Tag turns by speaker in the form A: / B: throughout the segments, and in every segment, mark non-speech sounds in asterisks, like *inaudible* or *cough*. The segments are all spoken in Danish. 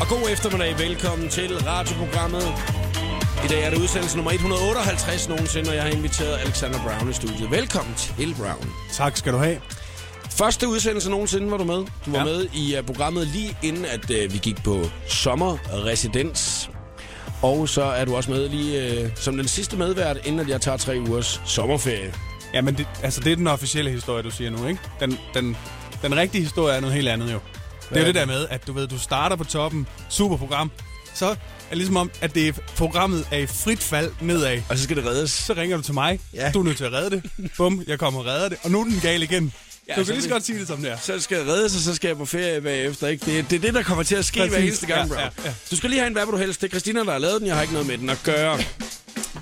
A: Og god eftermiddag. Velkommen til radioprogrammet. I dag er det udsendelse nummer 158 nogensinde, og jeg har inviteret Alexander Brown i studiet. Velkommen til Brown.
B: Tak skal du have.
A: Første udsendelse nogensinde var du med. Du var ja.
B: Ja.
A: med i uh, programmet lige inden, at uh, vi gik på sommerresidens. Og så er du også med lige uh, som den sidste medvært, inden at jeg tager tre ugers sommerferie.
B: Ja, men det, altså, det er den officielle historie, du siger nu, ikke? Den, den, den rigtige historie er noget helt andet, jo. Det er
A: er
B: jo det
A: det?
B: der med, at du ved, du starter på toppen, super program, så er det ligesom om, at det er, programmet er i frit fald nedad.
A: Og så skal det reddes.
B: Så ringer du til mig,
A: Ja.
B: ja. du er nødt til at redde det, bum, jeg kommer og redder det, og nu er den gal igen. Ja, du
A: så
B: kan lige så
A: det-
B: godt sige det som det er.
A: Så skal jeg reddes, og så skal jeg på ferie bagefter. Ikke? Det, er- det er det, der kommer til at ske Præcis. hver
B: Præcis.
A: eneste gang,
B: Ja,
A: Brown.
B: ja, ja.
A: Du skal lige have en hvad vil du helst. Det er Christina, der har lavet den. Jeg har ikke noget med den at gøre.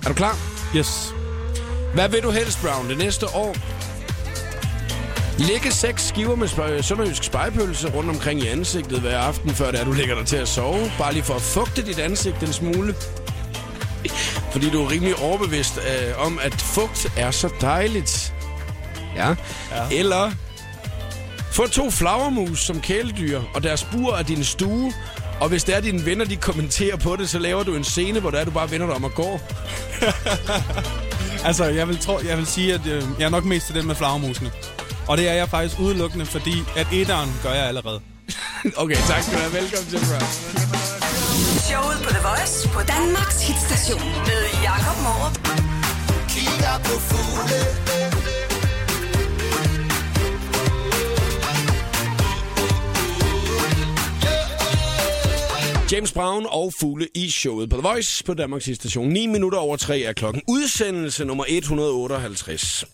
A: Er du klar?
B: Yes.
A: Hvad vil du helst, Brown, det næste år? Lægge seks skiver med sp- sønderjysk spejpølse rundt omkring i ansigtet hver aften, før det er, du lægger dig til at sove. Bare lige for at fugte dit ansigt en smule. Fordi du er rimelig overbevidst øh, om, at fugt er så dejligt. Ja. ja. Eller få to flagermus som kæledyr, og deres bur er din stue. Og hvis det er, dine venner de kommenterer på det, så laver du en scene, hvor der er, du bare vender dig om og går. *laughs*
B: Altså, jeg vil, tro, jeg vil sige, at øh, jeg er nok mest til den med flagermusene. Og det er jeg faktisk udelukkende, fordi at etteren gør jeg allerede.
A: Okay, tak skal du have. Velkommen til, Brown.
C: Showet på The Voice på Danmarks hitstation med Jakob Morup.
A: James Brown og Fugle i showet på The Voice på Danmarks station. 9 minutter over 3 er klokken. Udsendelse nummer 158.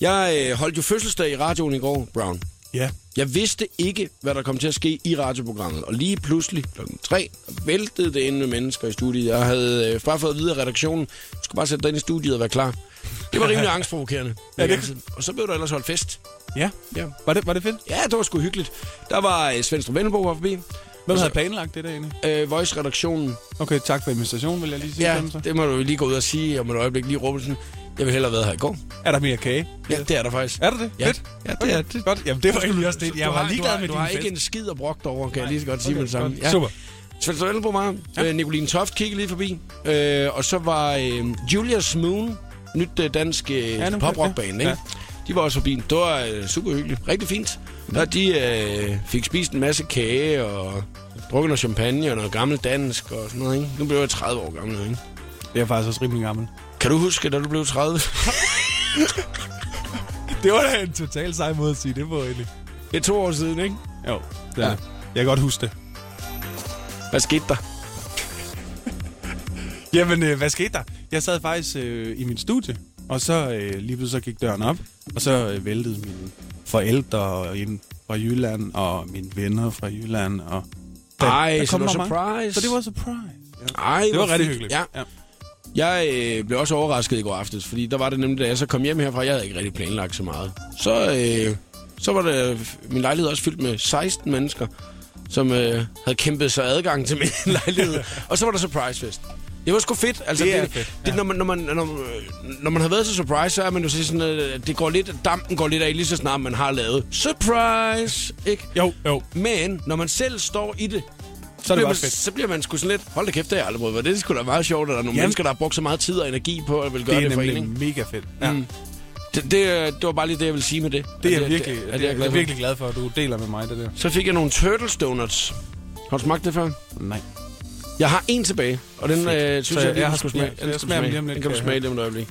A: Jeg øh, holdt jo fødselsdag i radioen i går, Brown.
B: Ja.
A: Jeg vidste ikke, hvad der kom til at ske i radioprogrammet. Og lige pludselig klokken 3 væltede det ind med mennesker i studiet. Jeg havde øh, bare fået at vide af redaktionen, du skal bare sætte dig ind i studiet og være klar. Det var
B: *laughs*
A: rimelig angstprovokerende.
B: Ja, det-
A: Virkelig. Og så blev der ellers holdt fest.
B: Ja.
A: Ja.
B: Var det, var det fedt?
A: Ja, det var sgu hyggeligt. Der var øh, Svendstrup Vendelbo var forbi.
B: Hvem havde planlagt det der egentlig?
A: Øh, Voice-redaktionen
B: Okay, tak for invitationen, vil jeg lige sige.
A: Ja,
B: til dem så.
A: det må du lige gå ud og sige om et øjeblik. Lige råbe sådan, jeg vil hellere have været her i går.
B: Er der mere kage?
A: Ja, det er der faktisk.
B: Er der det?
A: Ja.
B: Fedt.
A: Ja, det er det.
B: Godt. Jamen, det var egentlig også det. Jeg
A: Du
B: var
A: har- du
B: ligeglad
A: har-
B: med
A: Du
B: din
A: har
B: fest.
A: ikke en skid at brokke dig over, kan jeg lige så godt sige
B: Okay,
A: med det samme.
B: godt. Super.
A: Svend Svend på mig. Ja. Øh, Nicoline Toft kiggede lige forbi. Øh, og så var øh, Julius Moon, nyt øh, dansk øh,
B: Ja,
A: ja,
B: dem-
A: poprockband,
B: ja.
A: ikke? Ja.
B: Ja.
A: De var også forbi. Det var øh, super hyggeligt. Rigtig fint. Og de øh, fik spist en masse kage og drukket noget champagne og noget gammelt dansk og sådan noget, ikke? Nu blev jeg 30 år gammel, ikke?
B: Det er faktisk også rimelig gammel.
A: Kan du huske, da du blev 30?
B: Det var da en total sej måde at sige det på, egentlig.
A: Det er to år siden, ikke?
B: Jo, det
A: Ja.
B: ja. Jeg kan godt huske det.
A: Hvad skete der?
B: Jamen, øh, hvad skete der? Jeg sad faktisk øh, i mit studie, og så øh, lige pludselig så gik døren op, og så øh, væltede mine forældre ind fra Jylland, og mine venner fra Jylland, og...
A: Ej, så
B: kom
A: det var
B: der
A: surprise.
B: Så det var surprise. Ja.
A: Ej,
B: Det var rigtig
A: fint.
B: hyggeligt.
A: Ja.
B: ja.
A: Jeg øh, blev også overrasket i går aftes, fordi der var det nemlig, da jeg så kom hjem herfra, jeg havde ikke rigtig planlagt så meget. Så, øh, så var det, min lejlighed også fyldt med 16 mennesker, som øh, havde kæmpet sig adgang til min *laughs* lejlighed. Og så var der surprisefest. Det var sgu fedt. Altså,
B: Det er
A: det,
B: fedt,
A: Det, når, man, når, man, når, når man har været til surprise, så er man jo sådan, øh, det går lidt, dampen går lidt af lige så snart man har lavet surprise, ikke?
B: Jo, jo.
A: Men når man selv står i det, så,
B: er det
A: bliver man,
B: bare fedt.
A: så bliver man sgu sådan lidt, hold da kæft, det har jeg aldrig prøvet. hvor Det er sgu da meget sjovt, at der er nogle
B: Ja.
A: mennesker, der har brugt så meget tid og energi på at vil gøre
B: Det
A: det,
B: er
A: for en.
B: nemlig
A: ikke?
B: mega fedt. Ja.
A: Mm. Det, det, øh, det var bare lige det, jeg ville sige med det.
B: Det er
A: At
B: jeg virkelig,
A: at
B: det,
A: at
B: det, jeg,
A: glad
B: er
A: for.
B: virkelig glad for, at du deler med mig det der.
A: Så fik jeg nogle Turtles Donuts. Har du smagt det før?
B: Nej.
A: Jeg har en tilbage, og den øh, synes
B: Så
A: jeg,
B: jeg
A: lige,
B: har-
A: du skulle smage.
B: ja,
A: Den
B: så jeg
A: skal du
B: smager
A: smage.
B: den lige om lidt,
A: Den kan du
B: kan jeg
A: smage lige om et øjeblik.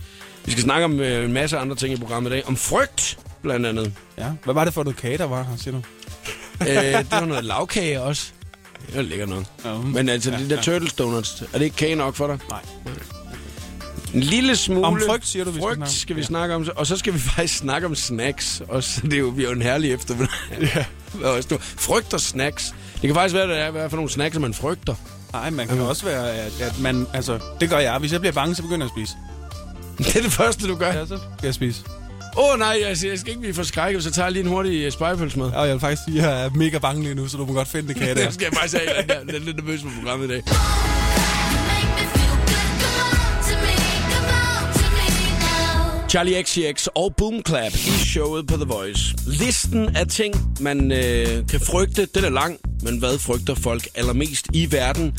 A: Vi skal snakke om øh, en masse andre ting i programmet i dag. Om frygt, blandt
B: *laughs*
A: andet.
B: Ja. Hvad var det for noget kage, der var her, siger du?
A: øh, det var noget lavkage også. Det var lækkert nok.
B: Ja.
A: Men altså, ja,
B: Ja,
A: de der
B: ja.
A: Turtles Donuts, er det ikke kage nok for dig?
B: Nej.
A: En lille smule...
B: Om frygt, siger du, vi skal
A: frygt
B: snakke om.
A: skal vi
B: Ja.
A: snakke om. Og så skal vi *laughs* faktisk snakke om snacks. Og så det er jo, vi er jo en herlig eftermiddag. *laughs* Ja. Frygt og snacks. Det kan faktisk være, at det er for nogle snacks, som man frygter. *laughs*
B: Nej, man kan også være, at, at man... Altså, det gør jeg. Hvis jeg bliver bange, så begynder jeg at spise.
A: Det er det første, du gør. Åh ja.
B: Ja, så skal jeg spise.
A: oh, nej, jeg, jeg skal ikke blive forskrækket, så tager jeg lige en hurtig øh, spejepølse med. Ja.
B: Og jeg vil faktisk sige, at jeg er mega bange lige nu, så du må godt finde det kage
A: Det
B: der.
A: skal jeg faktisk have. Jeg er lidt- lidt nervøs på programmet i dag.
D: Make me feel good. Come on to me, come on to me now.
A: Charlie XCX og Boom Clap i showet på The Voice. Listen af ting, man øh, kan frygte, den er lang, men hvad frygter folk allermest i verden?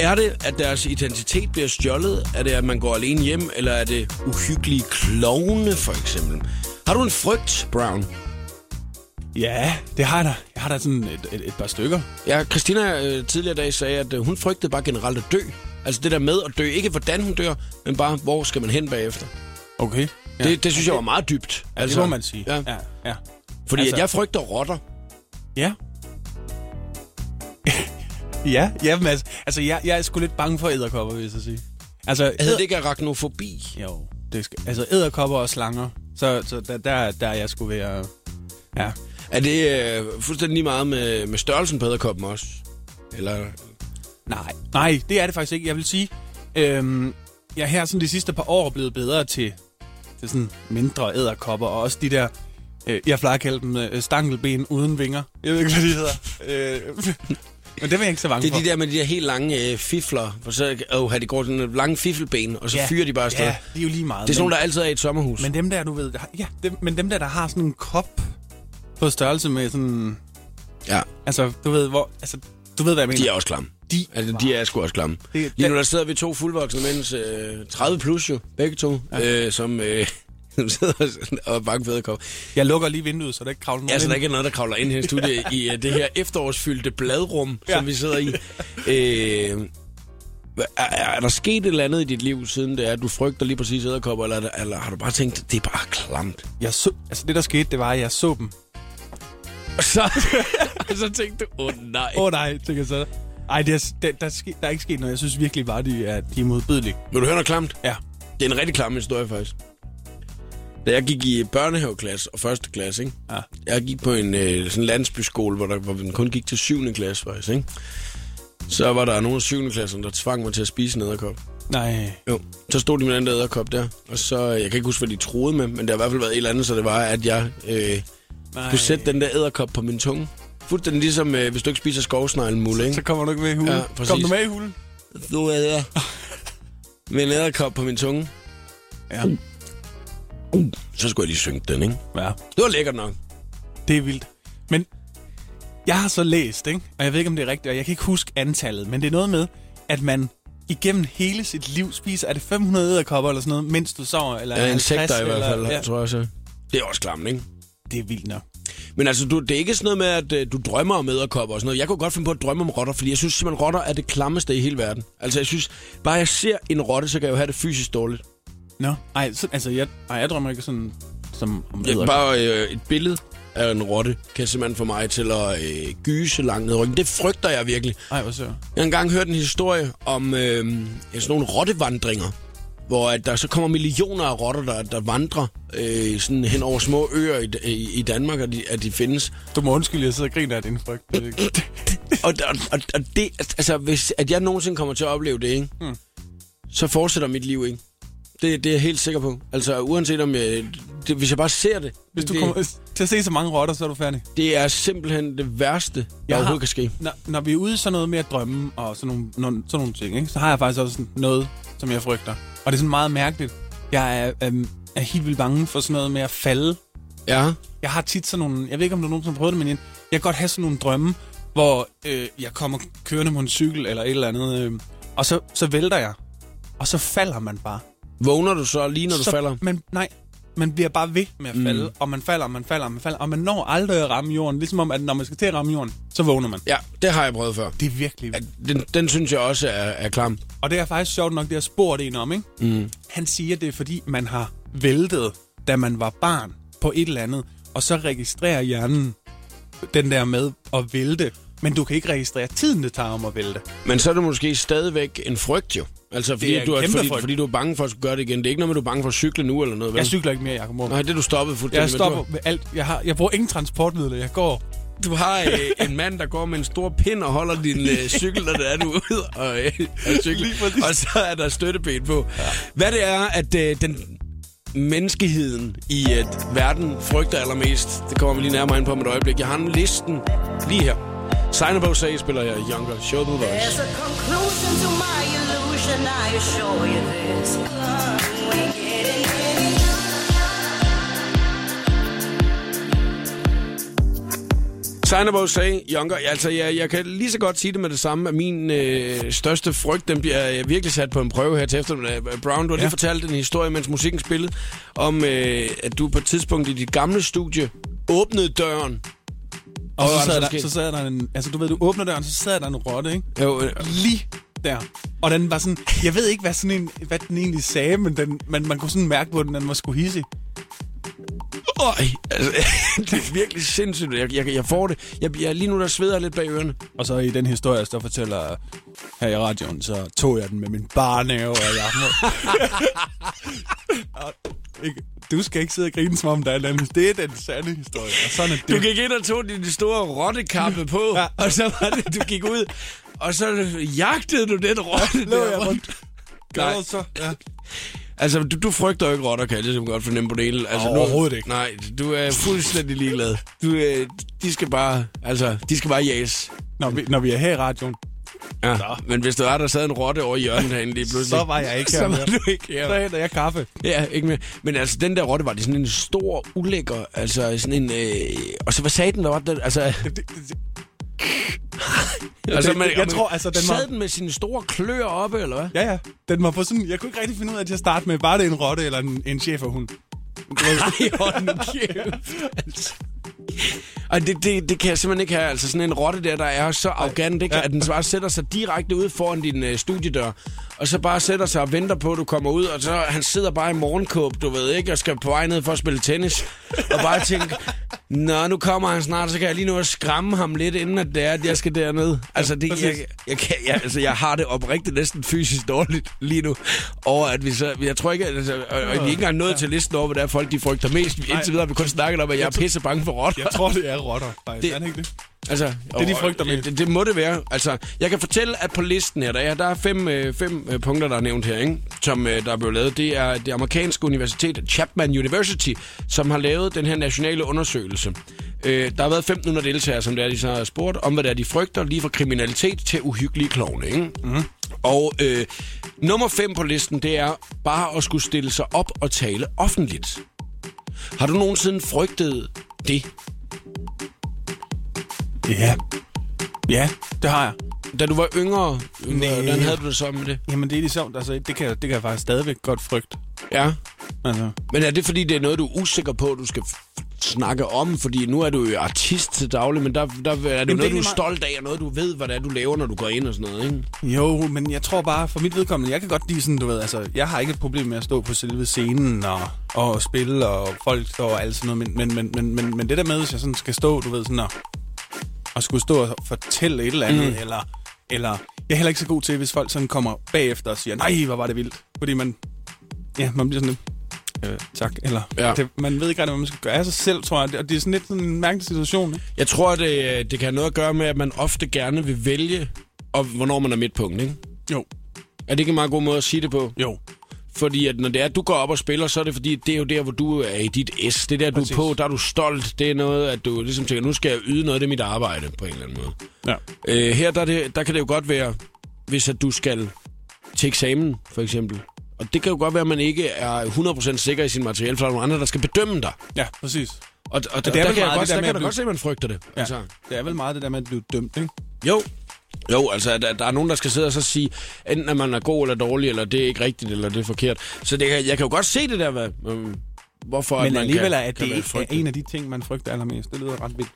A: Er det, at deres identitet bliver stjålet? Er det, at man går alene hjem? Eller er det uhyggelige klovne, for eksempel? Har du en frygt, Brown?
B: *laughs* Ja, det har jeg da. Jeg har da sådan et, et, et par stykker.
A: Ja, Christina øh, tidligere i dag sagde, at øh, hun frygtede bare generelt at dø. Altså det der med at dø. Ikke hvordan hun dør, men bare, hvor skal man hen bagefter?
B: Okay.
A: Ja. Det, det synes jeg var meget dybt.
B: altså, det må man sige.
A: Ja.
B: ja. ja.
A: Fordi altså,
B: Altså-
A: at jeg frygter rotter.
B: Ja. *laughs* ja, jamen, altså, altså jeg, jeg er sgu lidt bange for æderkopper, vil jeg så sige. Altså,
A: Hedder det ikke arachnofobi?
B: Jo, det skal, altså æderkopper og slanger. Så, så der, der, der er jeg sgu ved at... Ja.
A: Er det øh, fuldstændig lige meget med, med størrelsen på æderkoppen også? Eller...
B: Nej. Nej, det er det faktisk ikke. Jeg vil sige, øhm, jeg er her sådan de sidste par år blevet bedre til, til sådan mindre æderkopper, og også de der, øh, jeg plejer at kalde dem øh, stankelben uden vinger. Jeg ved ikke, hvad de hedder. Øh, *laughs* men det er jeg ikke så bange
A: Det er
B: for.
A: de der med de der helt lange øh, fifler, hvor så øh, de går sådan nogle lange fiffelben, og så ja. fyrer de bare afsted.
B: Ja,
A: Ja.
B: de er jo lige meget.
A: Det er sådan
B: men-
A: nogle, der altid er i et sommerhus. Men...
B: Men dem der, du ved, der, ja, dem, men dem der, der har sådan en kop på størrelse med sådan,
A: Ja,
B: altså, du ved, hvor, altså, du ved, hvad jeg mener.
A: de er også klamme.
B: De-
A: altså, de er sgu også klamme.
B: Det-
A: Lige nu der sidder vi to fuldvoksne mænds, øh, 30 plus jo, begge to, ja. øh, som, øh, *laughs* som sidder og er bange for æderkopper.
B: Jeg lukker lige vinduet, så der ikke kravler nogen
A: Ja, så der
B: ind.
A: ikke er noget, der kravler ind her i studiet *laughs* i uh, det her efterårsfyldte bladrum, ja. som vi sidder i. Øh, hva- er, er der sket et eller andet i dit liv, siden det er, at du frygter lige præcis æderkopper, eller, er det- eller har du bare tænkt, det er bare klamt?
B: Jeg så, altså, det der skete, det var, at jeg så dem.
A: Og så, *laughs* og så tænkte du, åh oh, nej.
B: Åh oh, nej, tænker jeg så. Ej, det er, der, der, er ske, der er ikke sket noget. Jeg synes virkelig bare, de er, de er modbydelige.
A: Vil du høre noget klamt?
B: Ja.
A: Det er en rigtig klam historie, faktisk. Da jeg gik i børnehaveklasse og første klasse, ikke?
B: Ja.
A: Jeg gik på en øh, sådan landsbyskole, hvor, der, hvor man kun gik til 7. klasse, faktisk, ikke? Så var der nogle af 7. klasserne, der tvang mig til at spise en æderkop.
B: Nej.
A: Jo, så stod de med den der æderkop der, og så, øh, jeg kan ikke huske, hvad de troede med, men det har i hvert fald været et eller andet, så det var, at jeg øh,
B: nej.
A: kunne sætte den der æderkop på min tunge. Fuldstændig ligesom, øh, hvis du ikke spiser skovsneglemuld, ikke?
B: Så kommer du ikke med i hulen.
A: Ja, præcis.
B: Kom du med i hulen?
A: Du er der. *laughs* Med en æderkop på min tunge.
B: Ja.
A: Så skulle jeg lige synge den, ikke?
B: ja.
A: Det var lækkert nok.
B: Det er vildt. Men jeg har så læst, ikke? og jeg ved ikke, om det er rigtigt, og jeg kan ikke huske antallet, men det er noget med, at man igennem hele sit liv spiser, er det 500 æderkopper eller sådan noget, mens du sover? Eller
A: Ja,
B: 50,
A: insekter i hvert fald,
B: Eller, ja,
A: ja. tror jeg så. Det er også klamt, ikke?
B: det er vildt nok.
A: Men altså, du, det er ikke sådan noget med, at øh, du drømmer om æderkopper og sådan noget. Jeg kunne godt finde på at drømme om rotter, fordi jeg synes simpelthen, rotter er det klammeste i hele verden. Altså, jeg synes, bare jeg ser en rotte, så kan jeg jo have det fysisk dårligt.
B: Nå, ej, så, altså, jeg, ej, jeg drømmer ikke sådan som om
A: Ja,
B: æderkopper.
A: bare øh, et billede af en rotte kan simpelthen få mig til at øh, gyse langt ned i ryggen. Det frygter jeg virkelig.
B: Ej, hvor sødt.
A: Jeg har engang hørt en historie om øh, sådan nogle rottevandringer, hvor at der så kommer millioner af rotter, der, der vandrer øh, sådan hen over små øer i, i, i Danmark, at de, at de
B: *laughs*
A: findes.
B: Du må undskylde, jeg sidder og griner af din frygt. Det
A: *laughs*
B: er ikke-
A: Og, og, og, og det, altså, hvis at jeg nogensinde kommer til at opleve det, ikke?
B: Hmm.
A: Mm. så fortsætter mit liv, ikke? Det, det er jeg helt sikker på. Altså, uanset om jeg... Det, hvis jeg bare ser det...
B: Hvis du
A: det,
B: kommer til at se så mange rotter, så er du færdig.
A: det er simpelthen det værste, der
B: Jeg har-
A: overhovedet kan ske.
B: Når, når vi er ude i sådan noget med at drømme og sådan nogle, nogle, sådan nogle ting, ikke, så har jeg faktisk også sådan noget, som jeg frygter. Og det er sådan meget mærkeligt. Jeg er, øhm, er helt vildt bange for sådan noget med at falde.
A: Ja.
B: Jeg har tit sådan nogle... Jeg ved ikke, om der er nogen, som har prøvet det, men jeg jeg kan godt have sådan nogle drømme, hvor øh, jeg kommer kørende på en cykel eller et eller andet, øh, og så, så vælter jeg. Og så falder man bare.
A: Vågner du så lige, når du
B: så,
A: falder?
B: Man, nej, man bliver bare ved med at falde, mm. og man falder, og man falder, og man falder, og man når aldrig at ramme jorden. Ligesom om, at når man skal til at ramme jorden, så vågner man.
A: Ja, det har jeg prøvet før.
B: Det er virkelig vildt.
A: Den, den synes jeg også er, er klam.
B: Og det er faktisk sjovt nok, det har spurgt en om, ikke? Mm. Han siger, det er fordi, man har væltet, da man var barn, på et eller andet, og så registrerer hjernen den der med at vælte, men du kan ikke registrere tiden, det tager om at vælte.
A: Men så er det måske stadigvæk en frygt jo. Altså, fordi,
B: er en
A: du er,
B: kæmpe
A: fordi,
B: frygt.
A: fordi du er bange for at skulle gøre det igen. Det er ikke noget med, at du er bange for at cykle nu eller noget. vel?
B: Jeg cykler ikke mere, Jacob Morten.
A: Nej, det er du stoppet fuldstændig.
B: Jeg
A: med.
B: stopper med alt. Jeg, har, jeg bruger ingen transportmidler. Jeg går
A: Du, du har øh, en mand, der går med en stor pind og holder din øh, cykel, når det er du er ude og, øh, og cykle. Og så er der støtteben på. Ja. Hvad det er, at øh, den menneskeheden i øh, verden frygter allermest, det kommer vi lige nærmere ind på om et øjeblik. Jeg har en listen lige her. Signable Say spiller jeg Younger, Show the Voice.
E: There's a conclusion to my illusion, I assure you this.
A: Sign sagde, Jonker, altså jeg, jeg kan lige så godt sige det med det samme, at min øh, største frygt, den bliver øh, virkelig sat på en prøve her til eftermiddag. Øh, Brown, du har ja. lige
B: Ja.
A: fortalt en historie, mens musikken spillede, om øh, at du på et tidspunkt i dit gamle studie åbnede døren.
B: Og
A: hvad var der
B: så sad,
A: så
B: der,
A: sket?
B: så sad der en... Altså, du ved, du åbner døren, så sad der en rotte, ikke?
A: Jo, øh,
B: Lige der. Og den var sådan... Jeg ved ikke, hvad, sådan en, hvad den egentlig sagde, men den, man, man kunne sådan mærke på den, at den var sgu hissig.
A: øj, altså, *laughs* det er virkelig sindssygt. Jeg, jeg, jeg får det. Jeg, jeg, lige nu der sveder jeg lidt bag ørerne.
B: Og så i den historie, der fortæller her i radioen, så tog jeg den med min barnæve, og jeg må...
A: *laughs*
B: Og ikke- du skal ikke sidde og grine, som om der er et eller andet. Det er den sande historie, og sådan er det.
A: Du gik ind og tog din store rottekappe på, ja.
B: Ja.
A: og så var det, du gik ud, og så jagtede du den rotte
B: Lå
A: der
B: jeg rundt.
A: Nej.
B: Gør så. Ja.
A: Altså, du, du frygter jo ikke rotter, kan jeg ligesom godt fornemme på det hele. Altså, nu-
B: Overhovedet ikke.
A: Nej, du er fuldstændig ligeglad. Du, øh, de skal bare, altså, de skal bare jages.
B: Når, vi, når vi er her i radioen,
A: Ja. Men hvis du var, der sad en rotte over i hjørnet herinde lige pludselig.
B: så var jeg ikke
A: *laughs*
B: her.
A: Så var
B: mere.
A: du ikke her.
B: Så henter jeg kaffe.
A: Ja, ikke mere. Men altså, den der rotte var det sådan en stor ulækker, altså sådan en... Øh, og så hvad sagde den, hvad var det? Altså, altså
B: det- jeg tror, altså, den var-
A: sad den med sine store klør oppe, eller hvad?
B: Ja, ja. Den var på sådan... Jeg kunne ikke rigtig finde ud af til at starte med, var det en rotte eller en, en schæferhund?
A: *laughs* Nej, hold nu kæft. Altså. Og det, det, det kan jeg simpelthen ikke have. Altså sådan en rotte der, der er så arrogant, ikke?
B: Ja.
A: at den bare sætter sig direkte ud foran din øh, studiedør, og så bare sætter sig og venter på, at du kommer ud, og så han sidder bare i morgenkåb, du ved ikke, og skal på vej ned for at spille tennis, og bare tænke, nå, nu kommer han snart, så kan jeg lige nå at skræmme ham lidt, inden at det er, at jeg skal derned. Altså, det,
B: præcis.
A: jeg, jeg, kan, jeg, altså, jeg har det oprigtigt næsten fysisk dårligt lige nu, over at vi så, jeg tror ikke, at- altså, og, og vi er ikke engang nået til listen over, hvad der er folk, de frygter mest. Indtil videre har vi kun snakket om, at jeg er pisse bange for rotter.
B: Jeg tror, det er rotter,
A: Det-
B: faktisk. Det... Er det ikke det?
A: Altså, det
B: de frygter mest.
A: Det, det må det være. Altså, jeg kan fortælle, at på listen her, der er, der er fem, øh, fem øh, punkter, der er nævnt her, ikke? som øh, der er blevet lavet. Det er det amerikanske universitet, Chapman University, som har lavet den her nationale undersøgelse. Øh, der har været 1.500 deltagere, som det er, de så har spurgt, om hvad det er, de frygter, lige fra kriminalitet til uhyggelige klovne. Ikke?
B: Mhm.
A: Mm-hmm. Og øh, nummer fem på listen, det er bare at skulle stille sig op og tale offentligt. Har du nogensinde frygtet det?
B: Ja. Ja, det har jeg.
A: Da du var yngre,
B: Næh.
A: hvordan havde du det så med det?
B: Jamen, det er ligesom, altså, det kan, det kan jeg faktisk stadigvæk godt frygte.
A: Ja.
B: Altså,
A: Men er det fordi, det er noget, du er usikker på, du skal f- snakke om? Fordi nu er du jo artist til daglig, men der, der er det jo noget,
B: egentlig
A: du er
B: meget-
A: stolt af, og noget, du ved, hvad det er, du laver, når du går ind og sådan noget, ikke?
B: jo, men jeg tror bare, for mit vedkommende, jeg kan godt lide sådan, du ved, altså, jeg har ikke et problem med at stå på selve scenen og, og spille, og folk står og alt sådan noget, men, men, men, men, men, men det der med, hvis jeg sådan skal stå, du ved, sådan og, og skulle stå og fortælle et eller andet, mm. eller, eller, jeg er heller ikke så god til, hvis folk sådan kommer bagefter og siger, nej, hvor var det vildt, fordi man, ja, man bliver sådan lidt, øh, tak, eller,
A: Ja.
B: ja. det, man ved ikke rigtig, hvad man skal gøre af sig selv, tror jeg, og det er sådan lidt sådan en mærkelig situation, ikke?
A: Jeg tror, det, øh, det kan have noget at gøre med, at man ofte gerne vil vælge, og hvornår man er midtpunkt, ikke?
B: Jo.
A: Er det ikke en meget god måde at sige det på?
B: Jo.
A: Fordi at når det er, at du går op og spiller, så er det fordi, det er jo der, hvor du er i dit S. Det er der, du
B: Præcis.
A: er på, der er du stolt. Det er noget, at du ligesom tænker, nu skal jeg yde noget af det, mit arbejde, på en eller anden måde.
B: Ja.
A: Øh, her der, er det, der kan det jo godt være, hvis at du skal til eksamen, for eksempel. Og det kan jo godt være, at man ikke er 100% sikker i sin materiale, for der er nogle andre, der skal bedømme dig.
B: Ja, præcis.
A: Og, og, og der,
B: vel
A: kan jeg
B: meget
A: godt,
B: det der
A: der kan
B: med
A: jeg
B: at
A: da
B: blive-
A: godt se, at man frygter det.
B: Ja. Altså. Det er vel meget det der med at blive dømt, ikke?
A: Jo. Jo, altså, at, at der er nogen, der skal sidde og så sige, enten at man er god eller dårlig, eller det er ikke rigtigt, eller det er forkert. Så det, kan- jeg kan jo godt se det der, hvad, øhm, hvorfor at
B: Men
A: man
B: alligevel
A: kan,
B: er
A: kan
B: det
A: være
B: er
A: frygtet.
B: en af de ting, man frygter allermest. Det lyder ret vildt.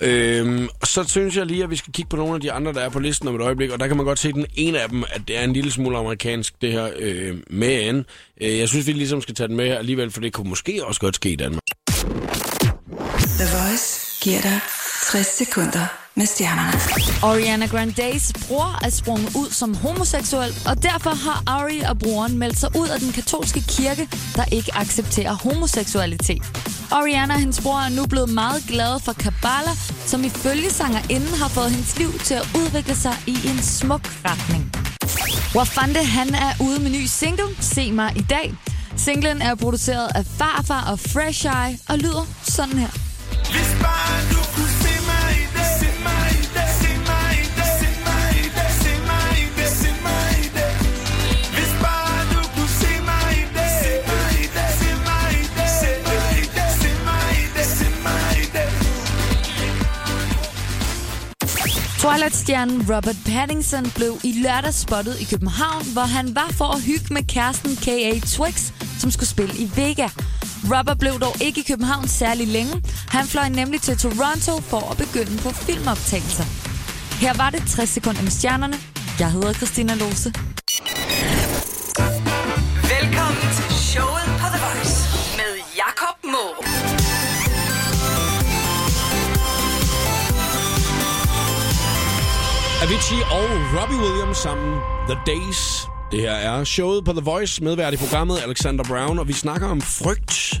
A: Øhm, og så synes jeg lige, at vi skal kigge på nogle af de andre, der er på listen om et øjeblik, og der kan man godt se den ene af dem, at det er en lille smule amerikansk, det her øh, men øh, jeg synes, vi ligesom skal tage den med her alligevel, for det kunne måske også godt ske i Danmark.
C: The Voice giver dig 60 sekunder med stjernerne.
F: Ariana Grandes bror er sprunget ud som homoseksuel, og derfor har Ari og broren meldt sig ud af den katolske kirke, der ikke accepterer homoseksualitet. Ariana og hendes bror er nu blevet meget glade for Kabbalah, som ifølge sangerinden har fået hendes liv til at udvikle sig i en smuk retning. Wafande, han er ude med ny single, Se mig i dag. Singlen er produceret af Farfar og Fresh Eye og lyder sådan her.
G: Hvis bare du kunne se mig i dag, se mig i dag, se mig i dag, se mig i dag, se mig i dag, se mig i dag. Hvis bare du kunne se mig i dag, se mig i dag, se mig i dag, se mig i dag, se mig i dag, se mig i dag.
F: Twilight-stjernen Robert Pattinson blev i lørdag spottet i København, hvor han var for at hygge med kæresten K.A. Twix, som skulle spille i Vega. Robert blev dog ikke i København særlig længe. Han fløj nemlig til Toronto for at begynde på filmoptagelser. Her var det 60 sekunder med stjernerne. Jeg hedder Christina Lose.
C: Velkommen til showet på The Voice med Jakob Morup.
A: Avicii og Robbie Williams sammen. The Days. Det her er showet på The Voice, medvært i programmet Alexander Brown, og vi snakker om frygt.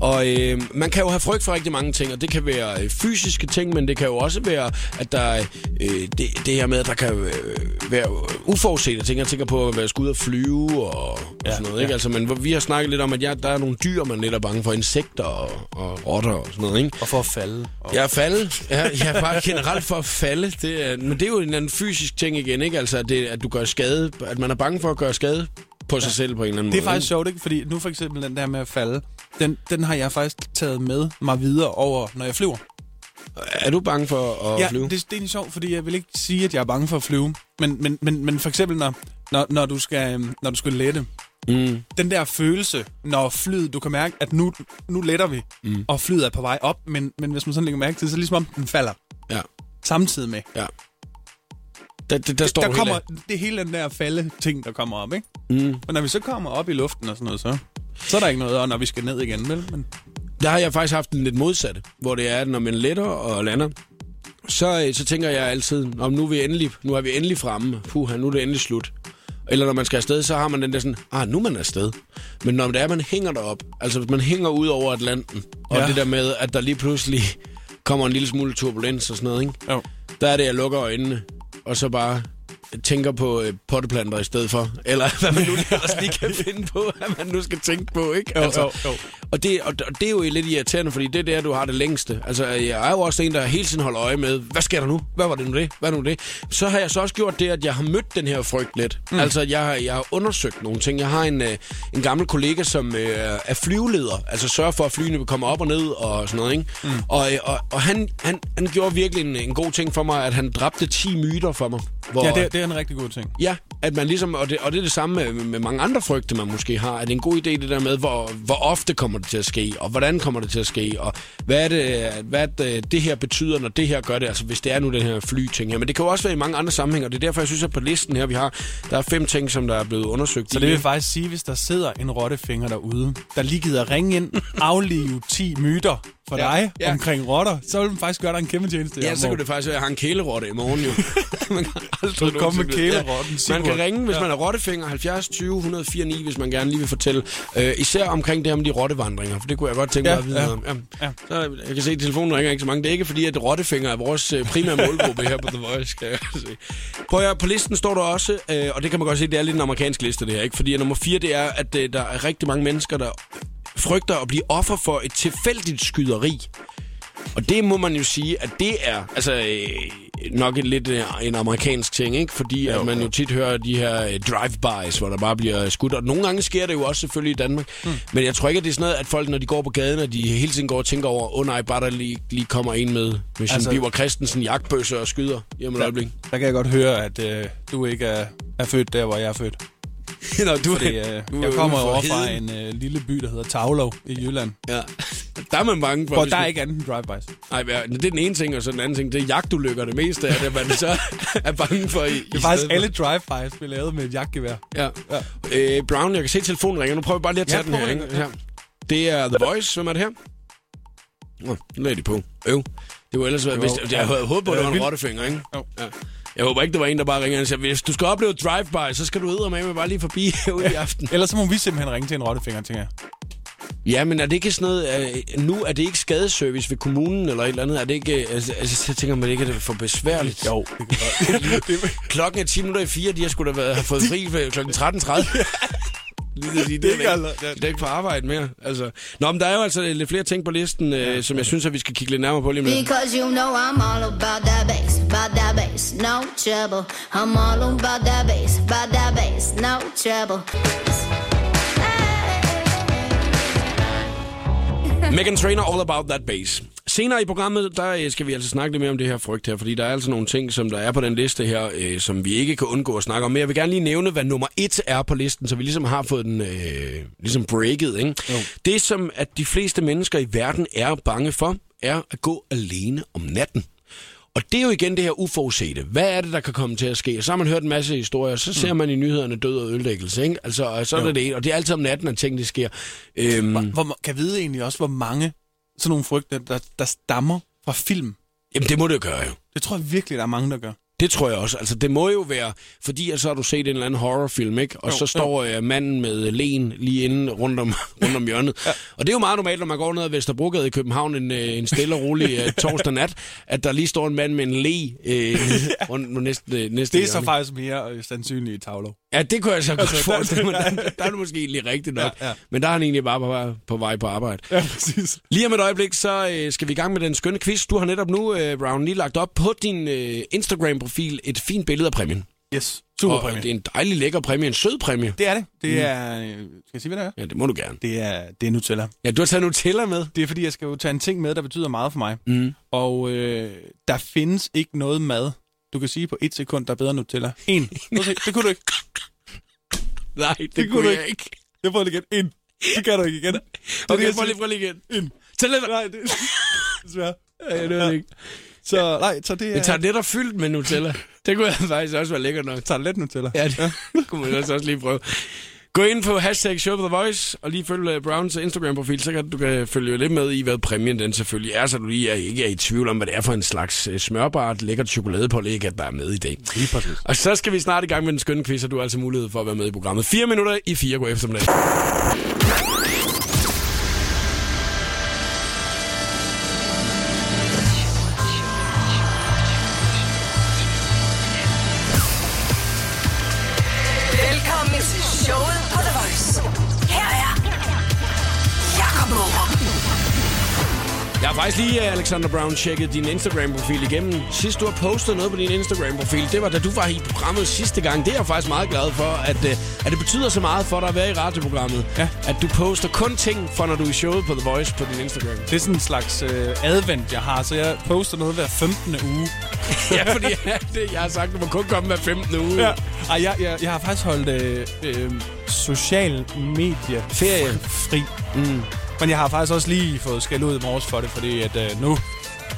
A: Og øh, man kan jo have frygt for rigtig mange ting, og det kan være øh, fysiske ting, men det kan jo også være, at der er, øh, det, det her med, at der kan øh, være uforudsete ting. Jeg tænker på at være skudt og flyve og, ja, og sådan noget. Ikke? Altså, men hvor- vi har snakket lidt om, at ja, der er nogle dyr, man lidt er bange for. Insekter og, og rotter og sådan noget. Ikke?
B: Og for at falde. Og...
A: Jeg er falde. Jeg, jeg er bare generelt for at falde. Det er, men det er jo en eller anden fysisk ting igen, ikke? Altså, at, det, at du gør skade. At man er bange for at gøre skade på sig selv på en eller anden
B: Det er
A: måde.
B: faktisk sjovt, ikke? Fordi nu for eksempel den der med at falde, den, den har jeg faktisk taget med mig videre over, når jeg flyver.
A: ikke? Er du bange for at
B: ja,
A: flyve?
B: Det, det er egentlig sjovt, fordi jeg vil ikke sige, at jeg er bange for at flyve. Men, men, men, men for eksempel, når, når, når, du skal, øhm, når du skal lette. Mm. Den der følelse, når flyet, du kan mærke, at nu, nu letter vi, mm. og flyet er på vej op. Men, men hvis man sådan lægger mærke til det, så er det ligesom om, den falder
A: Ja.
B: samtidig med.
A: ja. Der, der, der står
B: der
A: du
B: kommer
A: helt
B: det er hele den der falde ting, der kommer op, ikke? Mm. Og når vi så kommer op i luften og sådan noget, så, så er der ikke noget, og når vi skal ned igen, vel? Men,
A: af. Der har jeg faktisk haft en lidt modsatte, hvor det er, at når man letter og lander, så, øh, så tænker jeg altid, om nu er vi endelig, nu er vi endelig fremme. Puh, nu er det endelig slut. Eller når man skal afsted, så har man den der sådan, ah, nu er man afsted. Men når det er, man hænger derop, altså hvis man hænger ud over Atlanten, og
B: Ja.
A: det der med, at der lige pludselig kommer en lille smule turbulens og sådan noget, ikke?
B: jo.
A: der er det, jeg lukker øjnene, og så bare tænker på øh, potteplanter i stedet for. Eller *laughs* hvad man nu ellers lige
B: *laughs*
A: kan finde på, hvad man nu skal tænke på, ikke? Altså,
B: Jo, jo, jo.
A: Og, det, og, og det er jo lidt irriterende, fordi det er der, du har det længste. Altså, jeg er jo også en, der hele tiden holder øje med, hvad sker der nu? Hvad var det nu det? Hvad er nu det? Så har jeg så også gjort det, at jeg har mødt den her frygt lidt. Mm. Altså, jeg har, jeg har undersøgt nogle ting. Jeg har en, øh, en gammel kollega, som øh, er flyveleder. Altså, sørger for, at flyene kommer op og ned og sådan noget, ikke? Mm. Og, øh, og, og han, han, han gjorde virkelig en, en god ting for mig, at han dræbte 10 myter for mig. Hvor,
B: Ja, det, det er en rigtig god ting.
A: Ja, at man ligesom, og det, og det er det samme med, med mange andre frygte, man måske har. Er det en god idé, det der med, hvor, hvor ofte kommer det til at ske, og hvordan kommer det til at ske, og hvad er det, hvad er det, det her betyder, når det her gør det, altså hvis det er nu den her flyting her. Men det kan jo også være i mange andre sammenhænge, og det er derfor, jeg synes, at på listen her, vi har, der er fem ting, som der er blevet undersøgt.
B: Så det vil faktisk sige, hvis der sidder en rottefinger derude, der lige gider ringe *laughs* ind, aflive 10 myter for
A: Ja,
B: ja, dig
A: ja.
B: ja. omkring rotter, så vil den faktisk gøre dig en kæmpe tjeneste.
A: Ja,
B: Jacob.
A: så kunne det faktisk være, at jeg har en kælerotte i morgen jo.
B: *laughs*
A: man kan
B: Du
A: aldrig
B: kan komme med
A: nogensinde vide.
B: kælerotten,
A: Ja.
B: Sigurd.
A: Man kan ringe, hvis ja. man er rottefinger, 70 20 104 9, hvis man gerne lige vil fortælle. Øh, især omkring det her med de rottevandringer, for det kunne jeg godt tænke mig
B: Ja,
A: at vide
B: ja,
A: noget om. Ja.
B: ja.
A: Så øh, jeg kan se, at telefonen ringer ikke så mange. Det er ikke fordi, at rottefinger er vores øh, primære målgruppe her på The Voice, kan jeg se. Prøv at, høre, på listen står der også, øh, og det kan man godt se, det er lidt en amerikansk liste det her, ikke? Fordi øh, nummer 4, det er, at øh, der er rigtig mange mennesker, der frygter at blive offer for et tilfældigt skyderi. Og det må man jo sige, at det er altså øh, nok et lidt øh, en amerikansk ting, ikke? Fordi jo, at man jo tit hører de her øh, drive-bys, hvor der bare bliver skudt. Og nogle gange sker det jo også selvfølgelig i Danmark. Mm.
B: Hmm.
A: Men jeg tror ikke, at det er sådan noget, at folk, når de går på gaden, og de hele tiden går og tænker over, åh oh, nej, bare der lige, lige kommer en med, med sin altså,
B: Altså-
A: Biver Christensen jagtbøsse og skyder. Jamen et
B: *laughs*
A: øjeblik.
B: Der kan jeg godt høre, at øh, du ikke er, er født der, hvor jeg er født.
A: Nå, du,
B: Fordi, øh,
A: du er
B: jeg kommer jo
A: ude
B: over
A: for
B: fra
A: heden.
B: en øh, lille by, der hedder Tavlov i Jylland,
A: Ja. Der er man bange for.
B: hvor
A: hvis
B: der
A: man-
B: er ikke andet end drive-bys.
A: Nej, men det er den ene ting, og så den anden ting, det er jagtulykker det meste af det, man så *laughs* er bange for i,
B: Det er faktisk alle drive-bys, vi lavede med et jagtgevær.
A: Ja. ja. Øh, Brown, jeg kan se, at telefonen ringer. Nu prøver jeg bare lige at tage
B: Ja,
A: den
B: prøv
A: her.
B: at
A: Ikke?
B: ringe.
A: Ja. Det er The Voice. Hvem er det her? Nå, nu lagde de på. Øv. Det var ellers, hvis,
B: var-
A: jeg havde håbet på, at det var
B: Det var
A: en
B: vildt.
A: rottefinger, ikke?
B: Jo.
A: Ja. Jeg håber ikke, der var en, der bare ringer og siger, hvis du skal opleve drive-by, så skal du med bare lige forbi *laughs* herude i aften.
B: Ellers så må vi simpelthen ringe til en rottefinger, tænker jeg.
A: Ja, men er det ikke sådan noget, øh, nu er det ikke skadeservice ved kommunen eller et eller andet? Er det ikke, øh, altså, altså, så tænker man ikke, at det er for besværligt?
B: Jo, det kan godt.
A: *laughs* Klokken er 10 minutter i 4, de har skulle da været, have fået fri ved kl. 13.30. Lige at sige, det, er
B: ikke
A: ikke,
B: aldrig-
A: det er ikke på arbejde mere. Altså. Nå, men der er jo altså lidt flere ting på listen, øh, som jeg synes, at vi skal kigge lidt nærmere på lige med.
H: Because you know I'm all about that bass, about that bass, no trouble. I'm all about that bass, about that bass, no trouble.
A: Megan Trainor, All About That Bass. Senere i programmet, der øh, skal vi altså snakke lidt mere om det her frygt her, fordi der er altså nogle ting, som der er på den liste her, øh, som vi ikke kan undgå at snakke om. Men jeg vil gerne lige nævne, hvad nummer et er på listen, så vi ligesom har fået den øh, ligesom breaket. Ikke? Det, som at de fleste mennesker i verden er bange for, er at gå alene om natten. Og det er jo igen det her uforudsete. Hvad er det, der kan komme til at ske? Og så har man hørt en masse historier, og så ser man i nyhederne død og ødelæggelse. Ikke? Altså, og så er det det, og det er altid om natten, at tingene sker. Øhm,
B: Hvor, man kan vide egentlig også, hvor mange sådan nogle frygter, der, der stammer fra film.
A: jamen, det må det jo gøre, jo.
B: Det tror jeg virkelig, der er mange, der gør.
A: Det tror jeg også. Altså, det må jo være, fordi at så har du set en eller anden horrorfilm, ikke? Og jo, så står øh, manden med len lige inde rundt om, *laughs* rundt om hjørnet. Ja. Og det er jo meget normalt, når man går ned ad Vesterbrogade i København en, øh, en stille og rolig øh, torsdag nat, at der lige står en mand med en le
B: *laughs*
A: øh, rundt om næste, øh, næste
B: Det er så
A: hjørne.
B: faktisk mere øh, sandsynligt i tavler.
A: Ja, det kunne jeg så godt
B: *laughs* Altså,
A: altså, forestille
B: der-
A: mig. Der, der er det måske egentlig rigtigt nok. Ja,
B: Ja,
A: ja.
B: ja.
A: Men der er han egentlig bare på, på vej på arbejde.
B: Ja, præcis.
A: Lige om et øjeblik, så øh, skal vi i gang med den skønne quiz. Du har netop nu, øh, Brown, lige lagt op på din øh, Instagram-profil et fint billede af præmien.
B: Yes,
A: Super
B: super
A: og
B: præmie.
A: det er en dejlig lækker præmie, en sød præmie.
B: Det er det. Det er... øh, Skal jeg sige, hvad det er?
A: Ja, det må du gerne.
B: Det er, det er Nutella.
A: Ja, du har taget Nutella med.
B: Det er, fordi jeg skal jo tage en ting med, der betyder meget for mig. Mm. Og øh, der findes ikke noget mad, du kan sige på et sekund, der er bedre end Nutella. En. Prøv at se, Det kunne du ikke.
A: Nej, det, det
B: kunne
A: kunne
B: du
A: jeg ikke.
B: *laughs* Jeg prøver igen. En. Det kan du ikke igen. Det er det,
A: Okay,
B: jeg
A: prøv lige,
B: siger.
A: prøv lige igen.
B: En.
A: Tag lidt.
B: Nej, det desværre.
A: Jeg ved det ikke.
B: Så nej, så det er...
A: Jeg tager netop fyldt med Nutella. Det kunne jeg faktisk også være lækker nok.
B: tager let Nutella.
A: Ja, det *laughs* kunne man altså også lige prøve. Gå ind på hashtag Show The Voice, og lige følg øh, Browns Instagram-profil, så kan du kan følge lidt med i, hvad præmien den selvfølgelig er, så du lige er, ikke er i tvivl om, hvad det er for en slags øh, smørbart, lækkert chokoladepålæg, at der er med i dag. Lige præcis. Og så skal vi snart i gang med den skønne quiz, og du har altså mulighed for at være med i programmet. 4 minutter i 4 god eftermiddag.
C: Velkommen til showet på The Voice. Her er Jakob Morup.
A: Jeg har faktisk lige, øh, Alexander Brown, tjekket din Instagram-profil igennem. Sidst du har postet noget på din Instagram-profil, det var da du var i programmet sidste gang. Det er jeg faktisk meget glad for, at, øh, at det betyder så meget for dig at være i radioprogrammet.
B: Ja.
A: At du poster kun ting fra, når du er i showet på The Voice på din
B: *laughs*
A: Instagram.
B: Det er sådan en slags øh, advent, jeg har, så jeg poster noget hver 15. uge.
A: ja, *laughs* fordi ja, det, jeg har sagt, at du må kun komme hver 15. uge.
B: Ja. Ej, jeg, jeg, jeg har faktisk holdt øh, øh, social medie
A: Ferie.
B: fri. Mm. Men jeg har faktisk også lige fået skæld ud i morges for det, fordi at øh, nu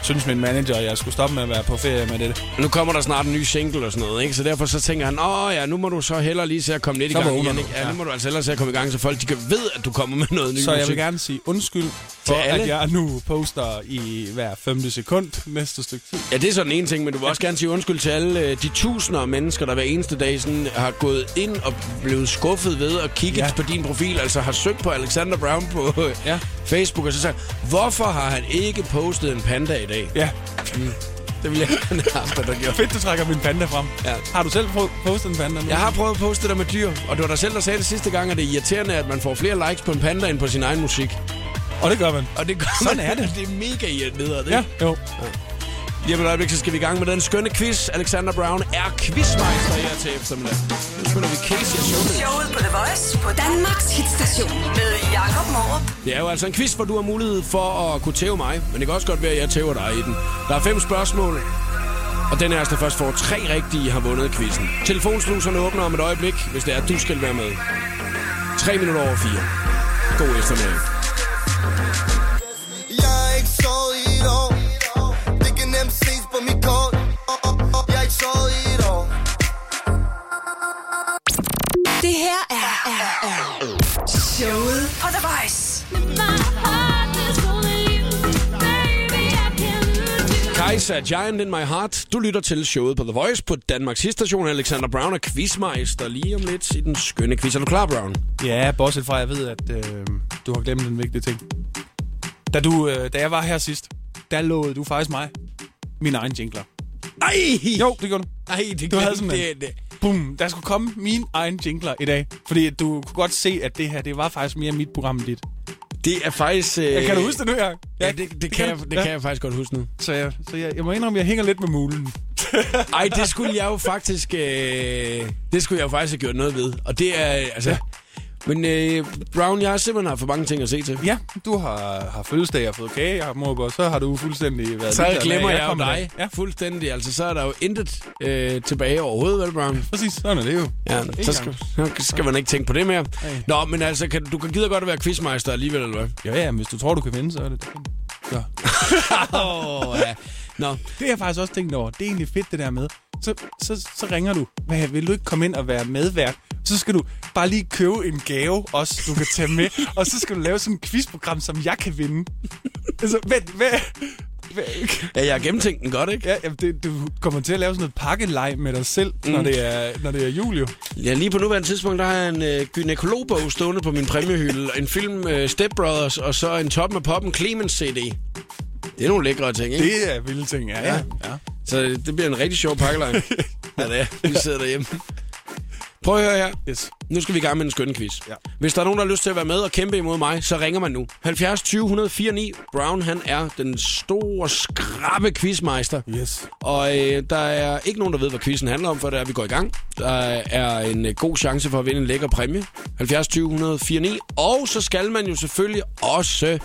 B: synes min manager, at jeg skulle stoppe med at være på ferie med det.
A: Nu kommer der snart en ny single og sådan noget, ikke? Så derfor så tænker han, åh ja, nu må du så hellere lige se at komme lidt
B: Så
A: i gang
B: vågner
A: igen,
B: du.
A: ikke? Ja,
B: Ja.
A: nu må du altså hellere se at komme i gang, så folk de kan ved, at du kommer med noget nyt.
B: Så jeg vil gerne sige undskyld for,
A: alle.
B: at jeg nu poster i hver femte sekund næste stykke tid.
A: Ja, det er sådan en ting, men du vil også gerne sige undskyld til alle øh, de tusinder af mennesker, der hver eneste dag sådan, har gået ind og blevet skuffet ved at kigge ja.
B: Ja.
A: på din profil, altså har søgt på Alexander Brown på øh, ja.
B: Ja.
A: Facebook, og så sagt, hvorfor har han ikke postet en panda i dag?
B: Ja,
A: Mm. Det ville jeg gerne have haft, at der gjorde.
B: fedt, du trækker min panda frem.
A: Ja.
B: Har du selv po- postet en panda nu?
A: Jeg har prøvet at poste dig med dyr, og det var dig selv, der sagde det sidste gang, at det er irriterende, at man får flere likes på en panda end på sin egen musik.
B: Og det gør man.
A: Og det gør
B: Sådan
A: man,
B: er det.
A: *laughs* Det er mega irriterende. ikke?
B: Ja, jo.
A: Lige om et øjeblik, så skal vi i gang med den skønne quiz. Alexander Brown er quizmeister her til eftermiddag. Nu spiller vi Casey og Showbiz.
C: Showet på The Voice på Danmarks hitstation med Jakob Morup.
A: Det er jo altså en quiz, hvor du har mulighed for at kunne tæve mig, men det kan også godt være, at jeg tæver dig i den. Der er fem spørgsmål, og den her, der først får tre rigtige, har vundet quizzen. Telefonsluserne åbner om et øjeblik, hvis det er, at du skal være med. 3 minutter over 4. God eftermiddag.
G: Jeg er ikke sovet i et år Det kan nemt ses på mit kort oh, oh, oh. Jeg er ikke sovet i et år
C: Det her er, er, er showet på The Voice.
A: Kaiser Giant in my heart. Du lytter til showet på The Voice på Danmarks Hitstation. Alexander Brown og quizmeister lige om lidt i den skønne quiz. Er du klar, Brown?
B: Ja, bortset fra, at jeg ved, at øh, du har glemt en vigtig ting. Da, du, øh, da jeg var her sidst, der lovede du faktisk mig min egen jingler.
A: Nej!
B: Jo, det gjorde du.
A: Nej, det
B: Du
A: du
B: havde
A: havde
B: sådan en.
A: det, det.
B: Boom, der skulle komme min egen jingler i dag. Fordi du kunne godt se, at det her, det var faktisk mere mit program end dit.
A: det er faktisk... Øh...
B: Øh, kan du huske det nu, Jacob?
A: Ja, det, det, det, kan, jeg,
B: du.
A: det kan jeg faktisk godt huske nu.
B: Så, jeg, så jeg, jeg må indrømme, at jeg hænger lidt med mulen.
A: Ej, det skulle jeg jo faktisk... Øh, det skulle jeg jo faktisk have gjort noget ved. Og det er... Altså, Men øh, Brown, jeg har simpelthen haft for mange ting at se til.
B: Ja, du har, har fødselsdag, jeg har fået kage, jeg har mobber, og så har du fuldstændig været...
A: Så
B: ligeglad
A: glemmer
B: med, at
A: jeg jo
B: kom
A: dig
B: med. Ja,
A: fuldstændig. Altså, så er der jo intet øh, tilbage overhovedet, vel, Brown?
B: præcis. Sådan er det jo.
A: Ja, så skal, så skal man ikke tænke på det mere. Nå, men altså, kan, du kan gider godt at være quizmeister alligevel, eller hvad?
B: Ja, ja, men hvis du tror, du kan vinde, så er det det. *laughs* Så.
A: Åh, ja. Nå,
B: Det har jeg faktisk også tænkt over. Det er egentlig fedt, det der med. Så, så, så ringer du. Hvad, vil du ikke komme ind og være medvært? Så skal du bare lige købe en gave også, du kan tage med. *laughs* og så skal du lave sådan et quizprogram, som jeg kan vinde. Altså, vent, hvad? hvad?
A: ja, jeg har gennemtænkt den godt, ikke?
B: Ja, jamen, det, du kommer til at lave sådan noget pakkelej med dig selv, mm. når, det er, når det er jul, jo.
A: Ja, lige på nuværende tidspunkt, der har jeg en øh, gynækologbog stående på min præmiehylde, en film øh, Step Brothers, og så en Top med Poppen Clemens CD. Det er nogle lækre ting, ikke?
B: Det er vilde ting, ja. ja. ja.
A: Så det bliver en rigtig sjov pakkelejr. *laughs* ja, det er. Vi sidder derhjemme. Prøv at høre her.
B: Yes.
A: Nu skal vi i gang med en skøn quiz.
B: Ja.
A: Hvis der er nogen, der har lyst til at være med og kæmpe imod mig, så ringer man nu. 70 20 104 9. Brown, han er den store, skrabe quizmeister.
B: Yes.
A: Og øh, der er ikke nogen, der ved, hvad quizzen handler om, for det er, vi går i gang. Der er en øh, god chance for at vinde en lækker præmie. 70 20 104 9. Og så skal man jo selvfølgelig også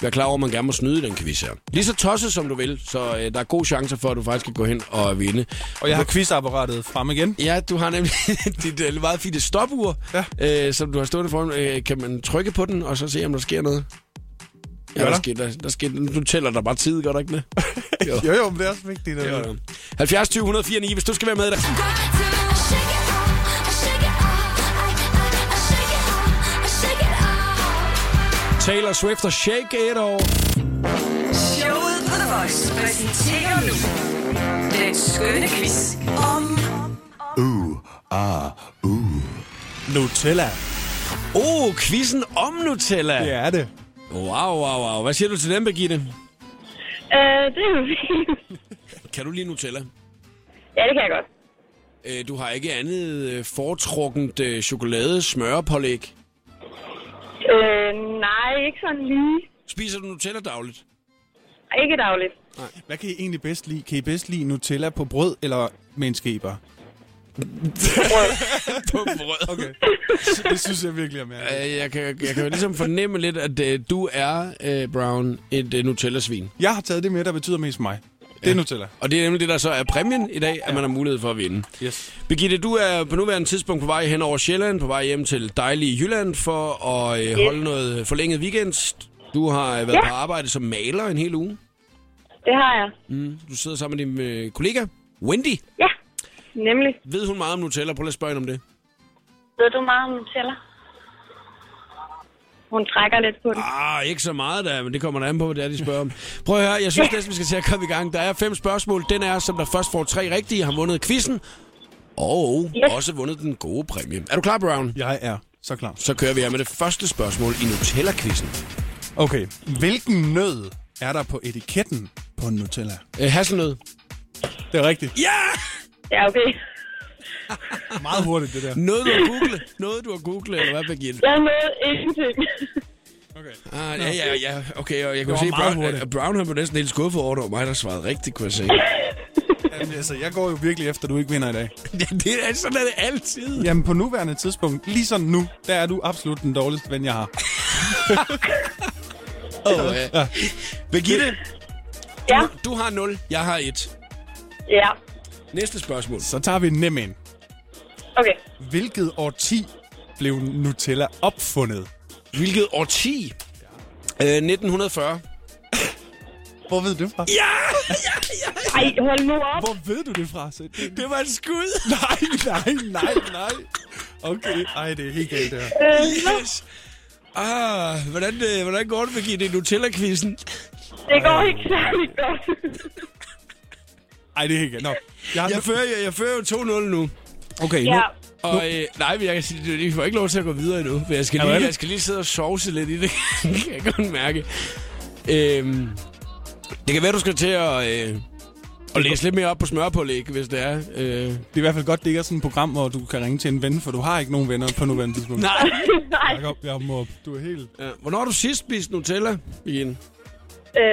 A: være klar over, at man gerne må snyde i den quiz her. Lige så tosset som du vil, så øh, der er gode chancer for, at du faktisk kan gå hen og vinde.
B: Og jeg har quizapparatet frem igen.
A: Ja, du har nemlig *laughs* dit øh, meget fine stopur, ja. øh, som du har stående foran. Øh, kan man trykke på den, og så se, om der sker noget? Ja,
B: Gør
A: der
B: der?
A: sker, der, der sker, nu tæller der bare tid, gør der *laughs* ikke det? Jo.
B: Jo, jo, men det er også vigtigt. At...
A: Jo, jo. 70 20 104 9, hvis du skal være med i dag. Taylor Swift og Shake It Off.
C: Showet på The Voice præsenterer nu den skønne quiz om
B: Nutella.
A: Oh, quizzen om Nutella.
B: Det er det.
A: Wow, wow, wow. Hvad siger du til dem, Birgitte?
I: Øh, det er jo fint. *laughs*
A: Kan du lide Nutella?
I: Ja, det kan jeg godt.
A: Øh, Du har ikke andet øh, foretrukket øh, chokolade, smørpålæg.
I: Øh, nej, ikke sådan lige.
A: Spiser du Nutella dagligt?
I: Ikke dagligt.
B: Hvad kan I egentlig bedst lide? Kan I bedst lide Nutella på brød eller med en skeber?
A: På brød.
B: Okay. *laughs* det synes jeg virkelig er mærkeligt.
A: Øh, Jeg kan, jeg kan jo ligesom fornemme lidt, at øh, du er, øh, Brown, et øh, Nutella-svin.
B: Jeg har taget det med, der betyder mest for mig. Det er Nutella.
A: Og det er nemlig det, der så er præmien i dag, at man har mulighed for at vinde.
B: Yes.
A: Birgitte, du er på nuværende tidspunkt på vej hen over Sjælland, på vej hjem til dejlige Jylland for at øh, holde noget forlænget weekend. Du har øh, været
I: Ja.
A: på arbejde som maler en hel uge.
I: Det har jeg.
A: Du sidder sammen med din øh, kollega, Wendy.
I: Ja, nemlig.
A: Ved hun meget om Nutella? Prøv lige at spørge hende om det.
I: Ved du meget om Nutella? Hun trækker lidt på den.
A: Ah, ikke så meget da, men det kommer der an på, hvad det er, de spørger om. Prøv at høre, jeg synes næsten, vi skal til at komme i gang. Der er fem spørgsmål. Den er, som der først får tre rigtige, har vundet quizzen. Og også vundet den gode præmie. Er du klar, Brown?
B: Jeg er så klar.
A: Så kører vi her med det første spørgsmål i Nutella-quizzen.
B: Okay. Hvilken nød er der på etiketten på en Nutella?
A: Øh, hasselnød.
B: Det er rigtigt.
A: Ja!
I: Ja, okay.
B: Meget hurtigt, det der.
A: Noget du har googlet. Noget du har googlet, eller hvad, Birgitte?
I: Jeg nåede ingenting. *laughs*
A: Ah, ja, ja, ja. Okay, og jeg kunne
B: Det
A: se,
B: var meget
A: Brown,
B: hurtigt.
A: øh, Brown han blev næsten helt skuffet over, at det var mig, der svarede rigtigt, kunne jeg se.
B: *laughs* Jamen, altså, jeg går jo virkelig efter, at du ikke vinder i dag.
A: ja, det er sådan, er det altid.
B: Jamen, på nuværende tidspunkt, lige sådan nu, der er du absolut den dårligste ven, jeg har.
A: Oh, ja. Birgitte,
I: Ja,
A: du har 0, jeg har 1.
I: ja.
A: Næste spørgsmål.
B: Så tager vi en nem en.
I: Okay.
B: Hvilket årti blev Nutella opfundet?
A: Hvilket årti? Øh, 1940.
B: Hvor ved du det fra? Ja!
I: Ej, hold nu op.
B: Hvor ved du det fra? Så det...
A: Det var et *laughs* skud.
B: Nej, nej, nej, nej. Okay, ej, det er helt galt, det her.
I: Øh, nå,
A: Yes. Ah, hvordan, øh, hvordan går det, Birgitte, i Nutella-quizzen?
I: det går ikke særlig godt.
B: Ej, det er helt galt. Nå. Jeg,
A: Jeg fører, jeg, jeg fører jo 2-0 nu.
B: okay, nu.
I: Ja, *laughs*
A: Og øh, nej, men jeg kan sige, vi får ikke lov til at gå videre endnu, for jeg skal,
B: Er
A: lige,
B: det?
A: jeg skal lige sidde og sovse lidt i det, *laughs* kan jeg godt mærke. Øhm, det kan være, du skal til at, øh, at læse lidt mere op på smørpålæg, hvis det er. Øh,
B: Det er i hvert fald godt, det ikke er sådan et program, hvor du kan ringe til en ven, for du har ikke nogen venner på nuværende *laughs* tidspunkt.
A: nej.
I: nej.
B: Jakob, jeg må op. Du er helt...
A: Ja, Hvornår har du sidst spist Nutella, Birgitte?
I: Øh,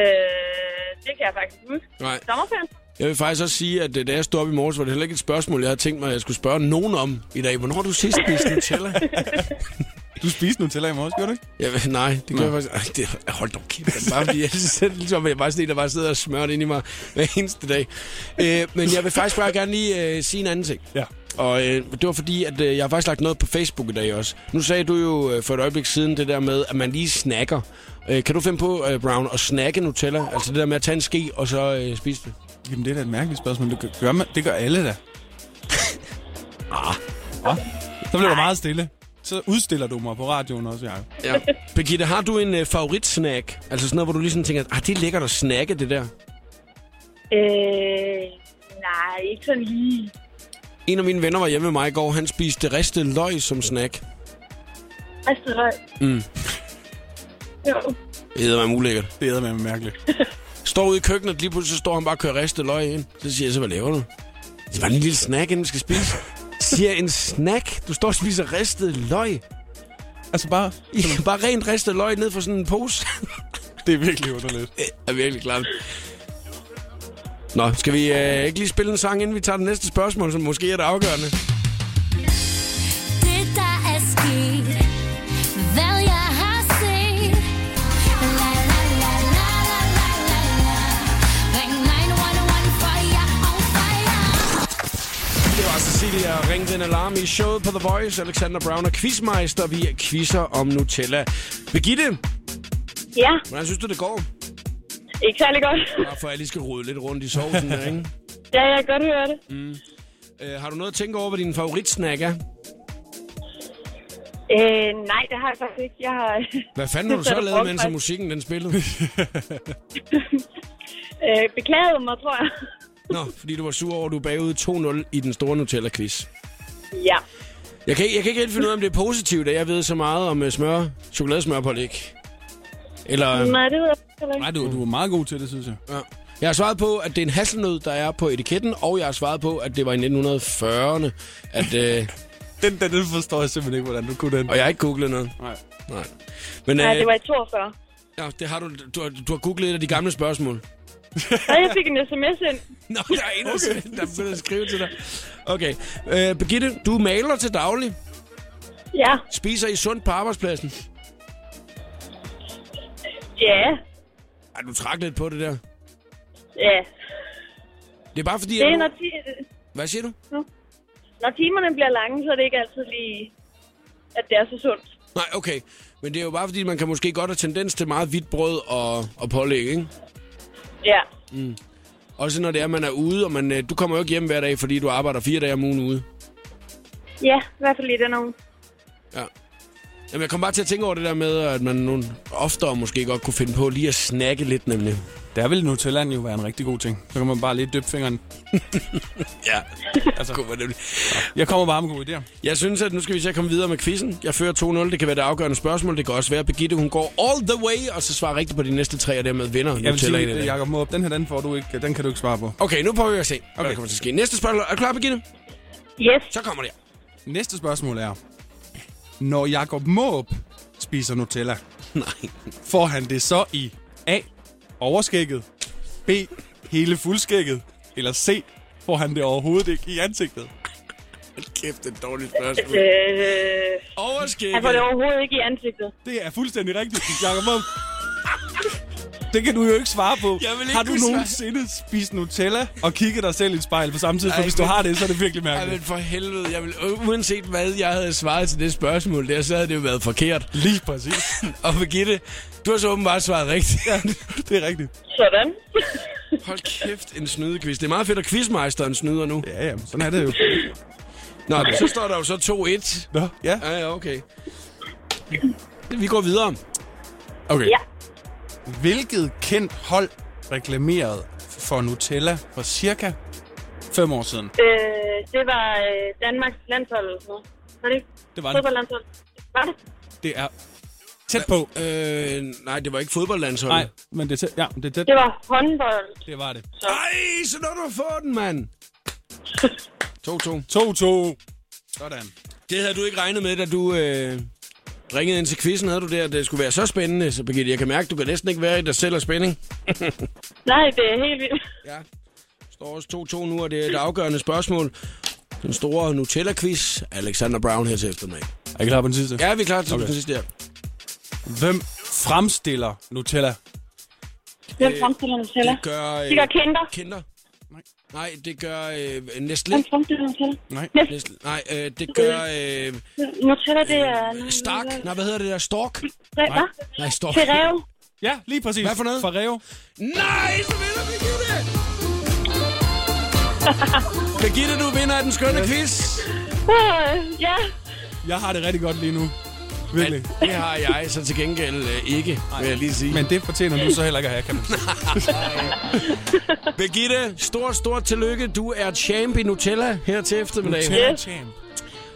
I: det kan jeg faktisk huske.
A: Nej.
I: Sommerferien?
A: Jeg vil faktisk også sige, at øh, da jeg stod op i morges, var
B: *laughs*
A: det heller ikke et spørgsmål, jeg havde tænkt mig, at jeg skulle spørge nogen om i dag. Hvornår har du sidst spist Nutella?
B: Du spiste Nutella i morges, gjorde du ikke?
A: Jeg, ved- nej, det gør jeg faktisk. Ej, det, hold dog kæft, det er bare fordi jeg selv ligesom, jeg er bare sådan en, der bare sidder og smører det ind i mig hver eneste dag. Øh, men jeg vil faktisk bare gerne lige øh, sige en anden ting.
B: Ja.
A: Og øh, det var fordi, at øh, jeg har faktisk lagt noget på Facebook i dag også. Nu sagde du jo øh, for et øjeblik siden det der med, at man lige snakker. Øh, kan du finde på, øh, Brown, at snakke Nutella? Altså det der med at tage en ske og så øh, spise det?
B: Jamen, det er da et mærkeligt spørgsmål. Det gør, gør man, det gør alle da. *laughs* ah. ah. Så bliver du meget stille. Så udstiller du mig på radioen også, Jacob.
A: Ja. Birgitte, har du en øh, favoritsnack? Altså sådan noget, hvor du ligesom tænker, at det er lækkert at snakke, det der.
I: Øh, nej, ikke sådan lige.
A: En af mine venner var hjemme med mig i går. Han spiste ristet løg som snack.
I: Ristet løg.
A: Mm.
I: Jo.
A: Det hedder mig ulækkert.
B: Det er med mærkeligt.
A: Står ude i køkkenet, lige pludselig så står han bare og kører ristet løg ind. Så siger jeg så, hvad laver du? Det var en lille snack, inden vi skal spise. Siger jeg, en snack? Du står og spiser ristet løg.
B: Altså bare,
A: I kan bare rent ristet løg ned fra sådan en pose. *laughs*
B: det er virkelig underligt.
A: Det er virkelig klart. Nå, skal vi øh, ikke lige spille en sang, inden vi tager det næste spørgsmål, som måske er det afgørende?
D: Det der er sket, hvad jeg har set. La, la, la, la, la, la, la, la. Ring 911, for jeg er on fire.
A: Det var altså Cecilia Ring den alarm i showet på The Voice. Alexander Brown og Quizmeister. Vi quizzer om Nutella. Birgitte,
I: Ja,
A: hvordan synes du, det går?
I: ikke særlig godt.
A: Bare for at jeg lige skal rode lidt rundt i sovsen der, ikke?
I: ja, jeg kan godt høre det.
A: Øh, har du noget at tænke over, hvad din favoritsnack er?
I: Øh, nej, det har jeg faktisk ikke. Jeg har *laughs*
A: Hvad fanden har du
I: Det
A: så
I: er
A: lavet, mens
I: frokostmad.
A: musikken den spillede?
I: øh, beklaget mig, tror jeg.
A: Nå, fordi du var sur over, at du er bagud 2-0 i den store Nutella-quiz.
I: ja.
A: Jeg kan, ikke- jeg kan ikke helt finde ud af, om det er positivt, at jeg ved så meget om øh, smør, chokoladesmørpålæg. Eller...
I: Nej, det ved jeg heller ikke.
B: Nej, du, du er meget god til det, synes jeg.
A: Ja. Jeg har svaret på, at det er en hasselnød, der er på etiketten, og jeg har svaret på, at det var i 1940'erne, at,
I: *laughs*
A: øh,
B: Den, den, den forstår jeg simpelthen ikke, hvordan du kunne den.
A: og jeg har ikke googlet noget.
B: Nej.
A: Nej. Men
I: Nej, det
A: øh,
I: var i 42.
A: ja, det har du, du, har- du har googlet et af de gamle spørgsmål.
I: Så jeg fik en sms ind.
A: *laughs* Nå, der er en, okay. der begynder at skrive til dig. Okay. Øh, Birgitte, du er maler til daglig.
I: Ja,
A: Spiser I sundt på arbejdspladsen?
I: ja,
A: Ej, du trak lidt på det der.
I: ja.
A: Det er bare fordi,
I: Det er,
A: at
I: når,
A: du...
I: ti-
A: Hvad siger du?
I: når timerne bliver lange, så er det ikke altid lige, at det er så sundt.
A: Nej, okay. Men det er jo bare fordi, man kan måske godt have tendens til meget hvidt brød og, og pålæg, ikke?
I: Ja,
A: Også når det er, man er ude, og man, øh, du kommer jo ikke hjem hver dag, fordi du arbejder fire dage om ugen ude.
I: ja i hvert fald lige den uge.
A: Jamen, jeg kom bare til at tænke over det der med, at man nu oftere måske godt kunne finde på lige at snakke lidt, nemlig.
B: Der vil Nutellaen jo være en rigtig god ting. Så kan man bare lige dyppe fingeren.
A: *laughs* Ja, altså. kunne man nemlig.
B: Jeg kommer bare med gode idéer.
A: Jeg synes, at nu skal vi til at komme videre med quizzen. Jeg fører 2-0. Det kan være det afgørende spørgsmål. Det kan også være, at Birgitte, hun går all the way, og så svarer rigtigt på de næste tre, og dermed vinder.
B: Jeg vil
A: Nutella i dag.
B: sige, øh, Jacob Måb, den her, den, får du ikke, den kan du ikke svare på.
A: Okay, nu prøver vi at se, okay. hvad der
B: Okay.
A: kommer til at ske. Næste spørgsmål. Er du klar, Birgitte?
I: Yes,
A: Så kommer det. her.
B: Næste spørgsmål er, når Jacob Måb spiser Nutella,
A: *laughs* Nej.
B: får han det så i A. Overskægget, B. Hele fuldskægget, eller C. Får han det overhovedet ikke i ansigtet?
A: Hold kæft, det er et dårligt spørgsmål.
I: øh, han får det
A: Overskægget.
I: overhovedet ikke i ansigtet.
B: Det er fuldstændig rigtigt, Jacob Måb. Det kan du jo ikke svare på.
A: Jeg vil ikke
B: har du
A: kunne svare.
B: nogensinde spist Nutella og kigget dig selv i et spejl på samme tid? For
A: Ej,
B: hvis du
A: men-
B: har det, så er det virkelig
A: Ej,
B: mærkeligt.
A: men for helvede. Jeg vil, uanset hvad jeg havde svaret til det spørgsmål der, så havde det jo været forkert.
B: Lige præcis. *laughs*
A: Og Birgitte, du har så åbenbart svaret rigtigt.
B: det er rigtigt.
I: Sådan.
A: Hold kæft, en snydequiz. Det er meget fedt, at quizmeisteren snyder nu.
B: Ja, ja, sådan er det jo.
A: Nå, så står der jo så 2-1.
B: Nå, ja.
A: Ja, ja, okay. Vi går videre.
B: Okay.
I: Ja.
B: Hvilket kendt hold reklamerede for Nutella for cirka 5 år siden?
I: Øh, det var øh, Danmarks landshold eller sådan noget. Var det ikke?
B: Det var det.
I: Fodboldlandshold. Var det?
B: Det er tæt på.
A: Øh, nej, det var ikke fodboldlandsholdet.
B: Nej, men det er tæt. Ja, det er tæt.
I: Det var håndbold.
B: Det var det.
A: Ej, så når du får den,
B: *laughs*
A: mand. 2-2.
B: 2-2. Sådan.
A: Det havde du ikke regnet med, da du øh, ringede ind til quizzen, havde du der, at det skulle være så spændende. Så Birgitte, jeg kan mærke, du kan næsten ikke være i dig selv af spænding.
I: Nej, det er helt vildt.
A: Ja. står også 2-2 nu, og det er et afgørende spørgsmål. Den store Nutella-quiz. Alexander Brown her til eftermiddag.
B: Er I klar på den sidste?
A: Ja, vi er klar til okay.
B: Okay.
A: den sidste her.
B: Hvem fremstiller Nutella?
I: Hvem fremstiller Nutella?
A: Det øh, gør... Øh,
I: Det gør Kinder.
A: Kinder.
B: Nej.
A: Nej, det gør øh, Nestlé.
I: Hvem fremstiller Nutella?
B: Nej.
A: Nestlé. Nej, øh, det gør øh,
I: Nutella, det er...
A: Stark. Nej, hvad hedder det der? Stork?
I: Nej.
A: Nej, Stork.
I: Ferrero.
B: Ja, lige præcis.
A: Hvad for noget?
B: Fareo.
A: Nej, så vinder Birgitte! *laughs* Birgitte, du vinder af den skønne quiz.
I: Øh, Ja.
B: Jeg har det rigtig godt lige nu. Virkelig.
A: Det har jeg så til gengæld øh, ikke, vil jeg lige sige.
B: Men det fortjener du så heller ikke at have, kan man sige.
A: Birgitte, stort, stort tillykke. Du er champ i Nutella her til eftermiddag.
B: Nutella
I: Yes.
B: champ.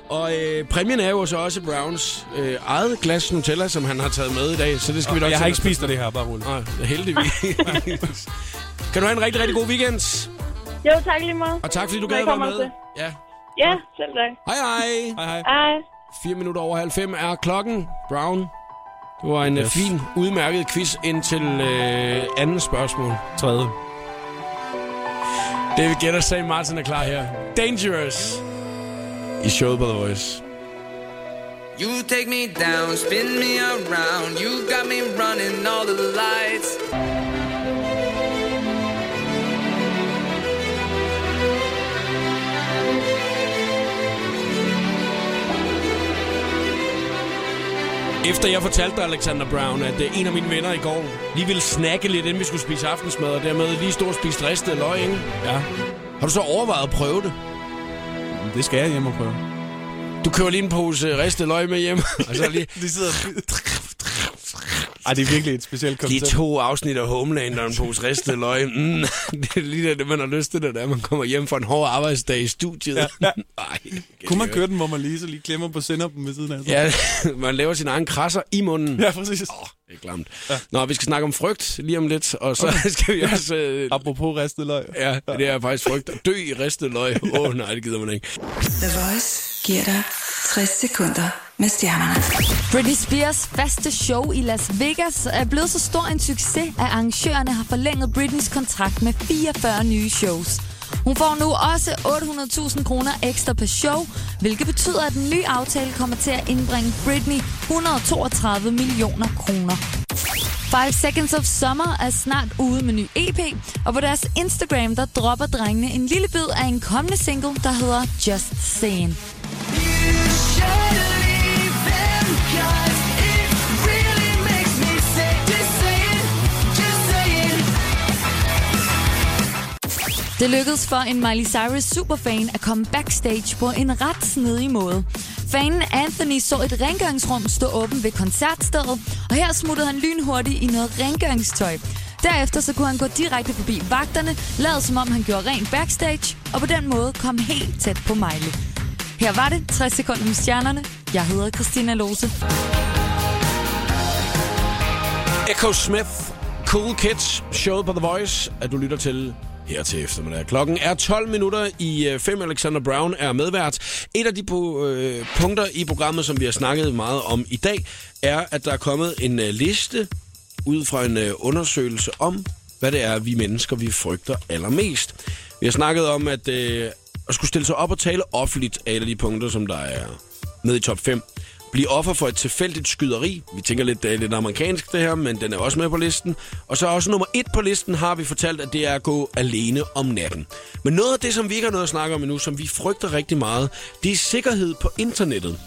A: Og øh, præmien er jo så også Browns øh, eget glas Nutella, som han har taget med i dag. Så det skal vi nok
B: Jeg har
A: sætte
B: ikke
A: os-
B: spist af det her, bare roligt.
A: Nej, heldigvis. kan du have en rigtig, rigtig god weekend.
I: Jo, tak lige meget.
A: Og tak, fordi du gad at være
I: Velkommen
A: med.
I: til.
A: Ja.
I: Ja, selv tak.
A: Hej, hej.
B: Hej, hej.
I: Hej.
A: 4 minutter over halv fem er klokken. Brown. Det var en yes.
B: Yes.
A: fin, udmærket quiz indtil øh, andet spørgsmål.
B: Tredje.
A: David Guetta sagde, Martin er klar her. Dangerous. I showet på The Voice.
G: You take me down, spin me around. You got me running all the lights.
A: Efter jeg fortalte dig, Alexander Brown, at øh, en af mine venner i går lige ville snakke lidt, inden vi skulle spise aftensmad, og dermed lige stå og spise ristet løg, ikke?
B: Ja,
A: Har du så overvejet at prøve det?
B: det skal jeg hjem og prøve.
A: Du kører lige en pose ristet løg med hjem, og så lige...
B: De sidder... Ej, det er virkelig et specielt
A: De
B: koncept.
A: to afsnit af Homeland og en pose ristet løg. Mm, *laughs* det er lige det, man har lyst til, det der. Man kommer hjem fra en hård arbejdsdag i studiet. *laughs* Ja. Ej,
B: Kunne man køre den, hvor man lige så lige klemmer på senderpen ved siden af? sig?
A: Ja, *laughs* man laver sin egen krasser i munden.
B: ja præcis.
A: Det er klamt. Ja. Nå, vi skal snakke om frygt lige om lidt, og så *laughs* skal vi også... Øh,
B: Apropos ristet løg.
A: ja, det er faktisk frygt. At dø i ristet
B: *laughs*
A: løg. Åh oh, nej, det gider man ikke.
J: The Voice giver dig 60 sekunder med stjernerne.
F: Britney Spears faste show i Las Vegas er blevet så stor en succes, at arrangørerne har forlænget Britneys kontrakt med 44 nye shows. Hun får nu også 800.000 kroner ekstra per show, hvilket betyder, at den nye aftale kommer til at indbringe Britney 132 millioner kroner. Five Seconds of Summer er snart ude med ny EP, og på deres Instagram der dropper drengene en lille bid af en kommende single, der hedder Just Saying. Det lykkedes for en Miley Cyrus superfan at komme backstage på en ret snedig måde. Fanen Anthony så et rengøringsrum stå åben ved koncertstedet, og her smuttede han lynhurtigt i noget rengøringstøj. Derefter så kunne han gå direkte forbi vagterne, lade som om han gjorde rent backstage, og på den måde kom helt tæt på Miley. Her var det 60 sekunder med stjernerne. Jeg hedder Christina Lose.
A: Echo Smith, Cool Kids, showet på The Voice, at du lytter til her til eftermiddag. Klokken er 12 minutter i 5. Alexander Brown er medvært. Et af de på, øh, punkter i programmet, som vi har snakket meget om i dag, er, at der er kommet en øh, liste ud fra en øh, undersøgelse om, hvad det er, vi mennesker vi frygter allermest. Vi har snakket om, at øh, at skulle stille sig op og tale offentligt er et af de punkter, som der er med i top 5. Blive offer for et tilfældigt skyderi. Vi tænker lidt, det er lidt amerikansk det her, men den er også med på listen. Og så også nummer et på listen har vi fortalt, at det er at gå alene om natten. Men noget af det, som vi ikke har noget at snakke om endnu, som vi frygter rigtig meget, det er sikkerhed på internettet.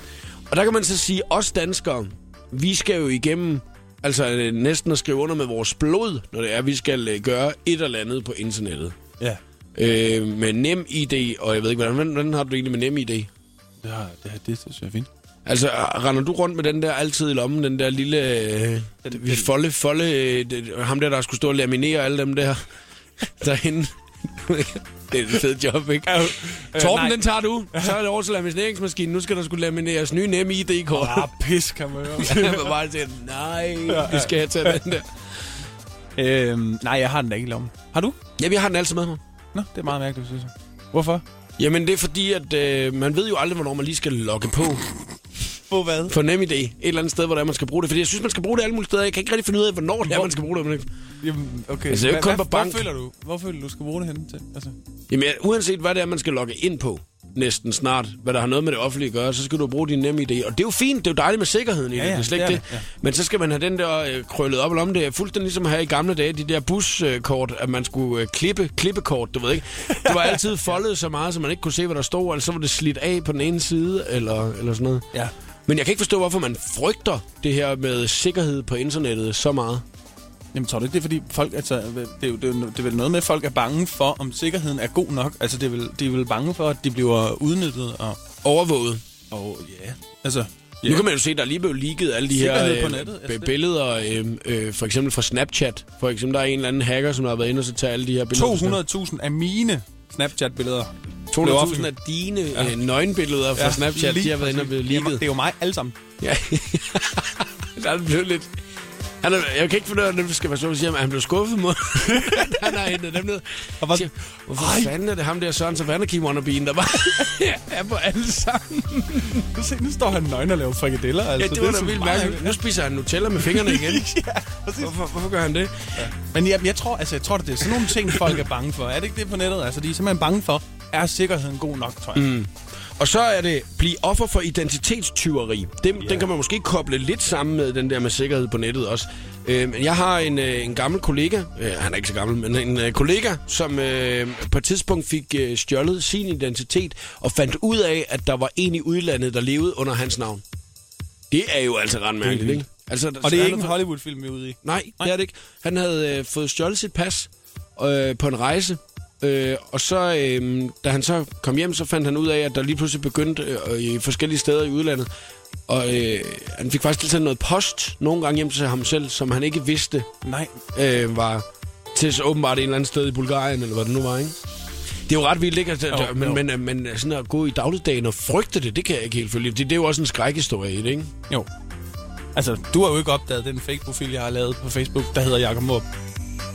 A: Og der kan man så sige, os danskere, vi skal jo igennem altså øh, næsten at skrive under med vores blod, når det er, at vi skal øh, gøre et eller andet på internettet.
B: Ja.
A: Øh, med nem ID, og jeg ved ikke, hvordan, hvordan- hvordan har du det egentlig med nem ID?
B: Det, har, det, har, det synes jeg er fint.
A: Altså, render du rundt med den der altid i lommen, den der lille... Øh, den, vi folde, folde... Øh, det- ham der, der skulle stå og laminere alle dem der *laughs* derinde. det er et fedt job, ikke? Øh, Torben,
B: nej.
A: den tager du. Så er det over til lamineringsmaskinen. Nu skal der skulle lamineres nye nemme ID-kort.
B: Ah, pis, kan man høre.
A: *laughs* Jeg var bare til, nej, vi skal have taget den der.
B: *laughs* øhm, nej, jeg har den da ikke i lommen. Har du?
A: Jamen, jeg har den altid med mig.
B: Nå, det er meget mærkeligt, synes jeg. Hvorfor?
A: Jamen, det er fordi, at øh, man ved jo aldrig, hvornår man lige skal logge på.
B: På hvad?
A: for nem idé. Et eller andet sted, hvor det er, man skal bruge det. Fordi jeg synes, man skal bruge det alle mulige steder. Jeg kan ikke rigtig finde ud af, hvornår det er,
B: Hvor-
A: man skal bruge det. Men
B: Jamen, okay.
A: Altså, det er jo ikke
B: Hvad-
A: kun på
B: hvad-
A: bank.
B: Hvor føler du, hvor føler du, du skal bruge det henne til? Altså,
A: Jamen, jeg- uanset hvad det er, man skal logge ind på, næsten snart, hvad der har noget med det offentlige at gøre, så skal du bruge din nemme idé. Og det er jo fint, det er jo dejligt med sikkerheden i det,
B: Ja,
A: ja,
B: ja,
A: det er slet
B: det
A: ikke
B: er
A: det. Ja. Men så skal man have den der øh, krøllet op og om det, er fuldstændig ligesom her i gamle dage, de der buskort, at man skulle øh, klippe, klippekort, du ved ikke. Det var
B: *laughs*
A: altid foldet så meget, så man ikke kunne se, hvad der stod, eller så var det slidt af på den ene side, eller, eller sådan noget.
B: Ja.
A: Men jeg kan ikke forstå, hvorfor man frygter det her med sikkerhed på internettet så meget.
B: Jamen tror du ikke, det er fordi folk, altså, det er, jo, det, er jo, det er vel noget med, at folk er bange for, om sikkerheden er god nok. Altså, det er vel, de er vel bange for, at de bliver udnyttet og...
A: Overvåget.
B: Og ja, altså...
A: Yeah. Nu kan man jo se, der er lige blevet leaget alle de her
B: Sikkerhed på
A: øh,
B: nettet, altså
A: b-
B: det-
A: billeder, øh, øh, for eksempel fra Snapchat. For eksempel, der er en eller anden hacker, som har været inde og så tager alle de her billeder. fra Snapchat.
B: 200.000 af mine Snapchat-billeder.
A: 200.000 af dine ja. øh, nøgenbilleder fra ja, Snapchat, de har været inde og blevet leaget.
B: Det er jo mig alle sammen.
A: Ja. *laughs* der er blevet lidt... Han er, jeg kan ikke finde ud af, om det skal være så, at sige, at han blev skuffet mod, *laughs* at han har hentet dem ned. Og var, siger, Hvorfor ej. fanden er det ham der Søren Savanaki wannabe'en, der bare *laughs* er på alle sammen?
B: Du *laughs* se, nu står han nøgen og laver frikadeller.
A: ja,
B: Altså,
A: det var
B: er
A: da
B: så
A: vildt
B: meget-
A: mærkeligt. Nu spiser han Nutella med
B: *laughs*
A: fingrene igen. hvorfor, hvorfor gør han det?
B: Men jeg, jeg tror, altså, jeg tror, det er sådan nogle ting, folk er bange for. Er det ikke det på nettet? Altså, de er simpelthen bange for, er sikkerheden god nok, tror jeg.
A: Mm. Og så er det blive offer for identitetstyveri. Den, yeah. den kan man måske koble lidt sammen med den der med sikkerhed på nettet også. Øh, men jeg har en, øh, en gammel kollega, øh, han er ikke så gammel, men en øh, kollega, som øh, på et tidspunkt fik øh, stjålet sin identitet og fandt ud af, at der var en i udlandet, der levede under hans navn. Det er jo altså ret mærkeligt, ikke? Altså,
B: Og det er
A: han
B: ikke en
A: har-
B: Hollywood-film, vi er ude i.
A: Nej, det er det ikke. Han havde øh, fået stjålet sit pas øh, på en rejse, øh, og så, øh, da han så kom hjem, så fandt han ud af, at der lige pludselig begyndte øh, i forskellige steder i udlandet, og øh, han fik faktisk tilsendt noget post nogle gange hjem til ham selv, som han ikke vidste
B: Nej.
A: øh, var til så åbenbart et eller andet sted i Bulgarien, eller hvad det nu var, ikke? Det er jo ret vildt, ikke? Altså,
B: Jo,
A: jo, men,
B: jo.
A: men, øh, men sådan at gå i dagligdagen og frygte det, det kan jeg ikke helt følge. Det, det er jo også en skrækhistorie i det, ikke?
B: Jo. Altså, du har jo ikke opdaget den fake-profil, jeg har lavet på Facebook, der hedder Jakob Måb.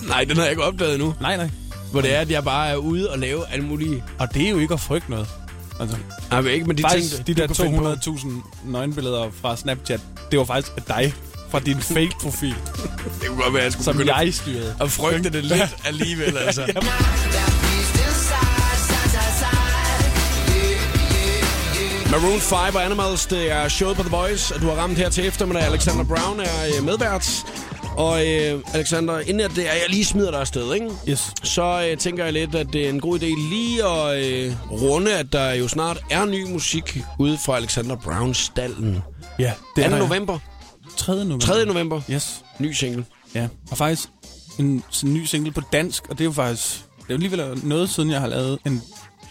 A: Nej, den har jeg ikke opdaget endnu.
B: Nej, nej.
A: Hvor det er, at jeg bare er ude og lave alle mulige
B: Og det er jo ikke at frygte noget. Altså,
A: Nej, men ikke med de
B: faktisk,
A: ting,
B: de
A: du
B: der
A: kan finde på.
B: 200.000 nøgenbilleder fra Snapchat, det var faktisk af dig fra *laughs* din fake-profil,
A: Det kunne godt være, at jeg skulle
B: som
A: begynde
B: jeg styrede.
A: at frygte det lidt alligevel,
B: *laughs*
A: altså. Maroon 5 og Animals, det er showet på The Voice, og du har ramt her til eftermiddag. Alexander Brown er øh, medvært. Og øh, Alexander, inden at det er, jeg lige smider dig afsted, ikke?
B: Yes.
A: så øh, tænker jeg lidt, at det er en god idé lige at øh, runde, at der jo snart er ny musik ude fra Alexander Browns stallen.
B: Ja, det
A: 2.
B: er der.
A: november,
B: 3. november.
A: 3. november,
B: Yes.
A: ny single.
B: Ja. Og faktisk en, sådan en ny single på dansk, og det er jo faktisk... Det er jo alligevel noget, siden jeg har lavet en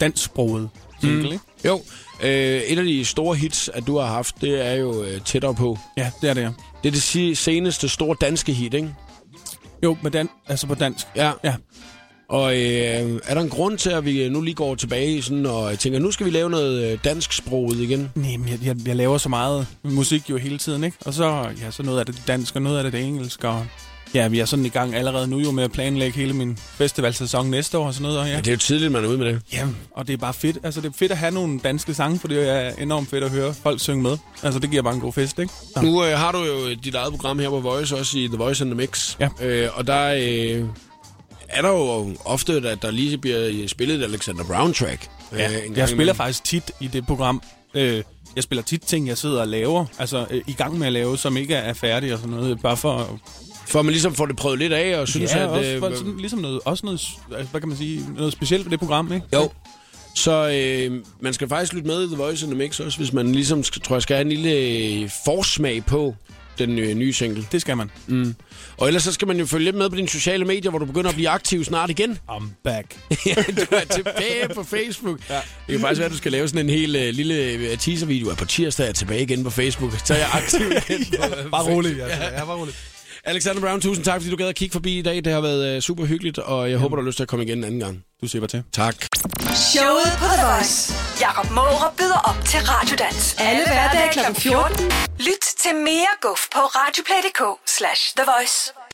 B: dansksproget single, mm. ikke?
A: Jo, øh, et af de store hits, at du har haft, det er jo øh, tættere på.
B: Ja, det er det, ja.
A: Det er det si- seneste store danske hit, ikke?
B: Jo, med dan altså på dansk.
A: Ja.
B: Ja.
A: Og øh, er der en grund til, at vi øh, nu lige går tilbage i sådan, og tænker, nu skal vi lave noget øh, dansksproget igen?
B: Nej, men jeg, jeg, jeg laver så meget musik jo hele tiden, ikke? Og så, ja, så noget af det dansk, og noget af det, det engelsk, og... Ja, vi er sådan i gang allerede nu jo med at planlægge hele min festivalsæson næste år og sådan noget. Og
A: Ja,
B: ja.
A: det er jo tidligt, man er ude med det.
B: Jamen, og det er bare fedt. Altså, det er fedt at have nogle danske sange, for det er enormt fedt at høre folk synge med. Altså, det giver bare en god fest, ikke? Ja.
A: Nu øh, har du jo dit eget program her på Voice, også i The Voice and the Mix.
B: Ja.
A: Øh, og der øh, er der jo ofte, at der lige bliver øh, spillet et Alexander Brown-track. øh, en gang
B: Jeg spiller
A: imellem.
B: faktisk tit i det program. Øh, jeg spiller tit ting, jeg sidder og laver. Altså, øh, i gang med at lave, som ikke er færdige og sådan noget. øh, Bare for at
A: For at man ligesom får det prøvet lidt af, og synes,
B: ja,
A: at...
B: også,
A: øh,
B: for, sådan, ligesom noget, også noget, s- altså, hvad kan man sige, noget specielt ved det program, ikke?
A: Jo. Så øh, man skal faktisk lytte med i The Voice and the Mix også, hvis man ligesom, skal, tror jeg, skal have en lille øh, forsmag på den øh, nye single.
B: Det skal man.
A: Og ellers så skal man jo følge lidt med på dine sociale medier, hvor du begynder at blive aktiv snart
B: *laughs*
A: igen.
B: I'm
A: *laughs*
B: back.
A: Ja, du er tilbage på Facebook. Ja. Det kan faktisk være, at du skal lave sådan en hel øh, lille øh, teaser-video. Ja, På tirsdag er jeg tilbage igen på Facebook. Så er jeg aktiv
B: *laughs*
A: igen på, øh,
B: bare
A: Facebook.
B: rolig, altså. Ja, bare rolig.
A: Alexander Brown, tusind tak, fordi du gad at kigge forbi i dag. Det har været øh, super hyggeligt, og jeg håber, du har lyst til at komme igen en anden gang.
B: Du slipper til.
A: Tak.
C: Showet på The Voice. Jakob Måre byder op til Radiodans. Alle hverdage kl. 14. Lyt til mere guf på radioplay.dk slash The Voice.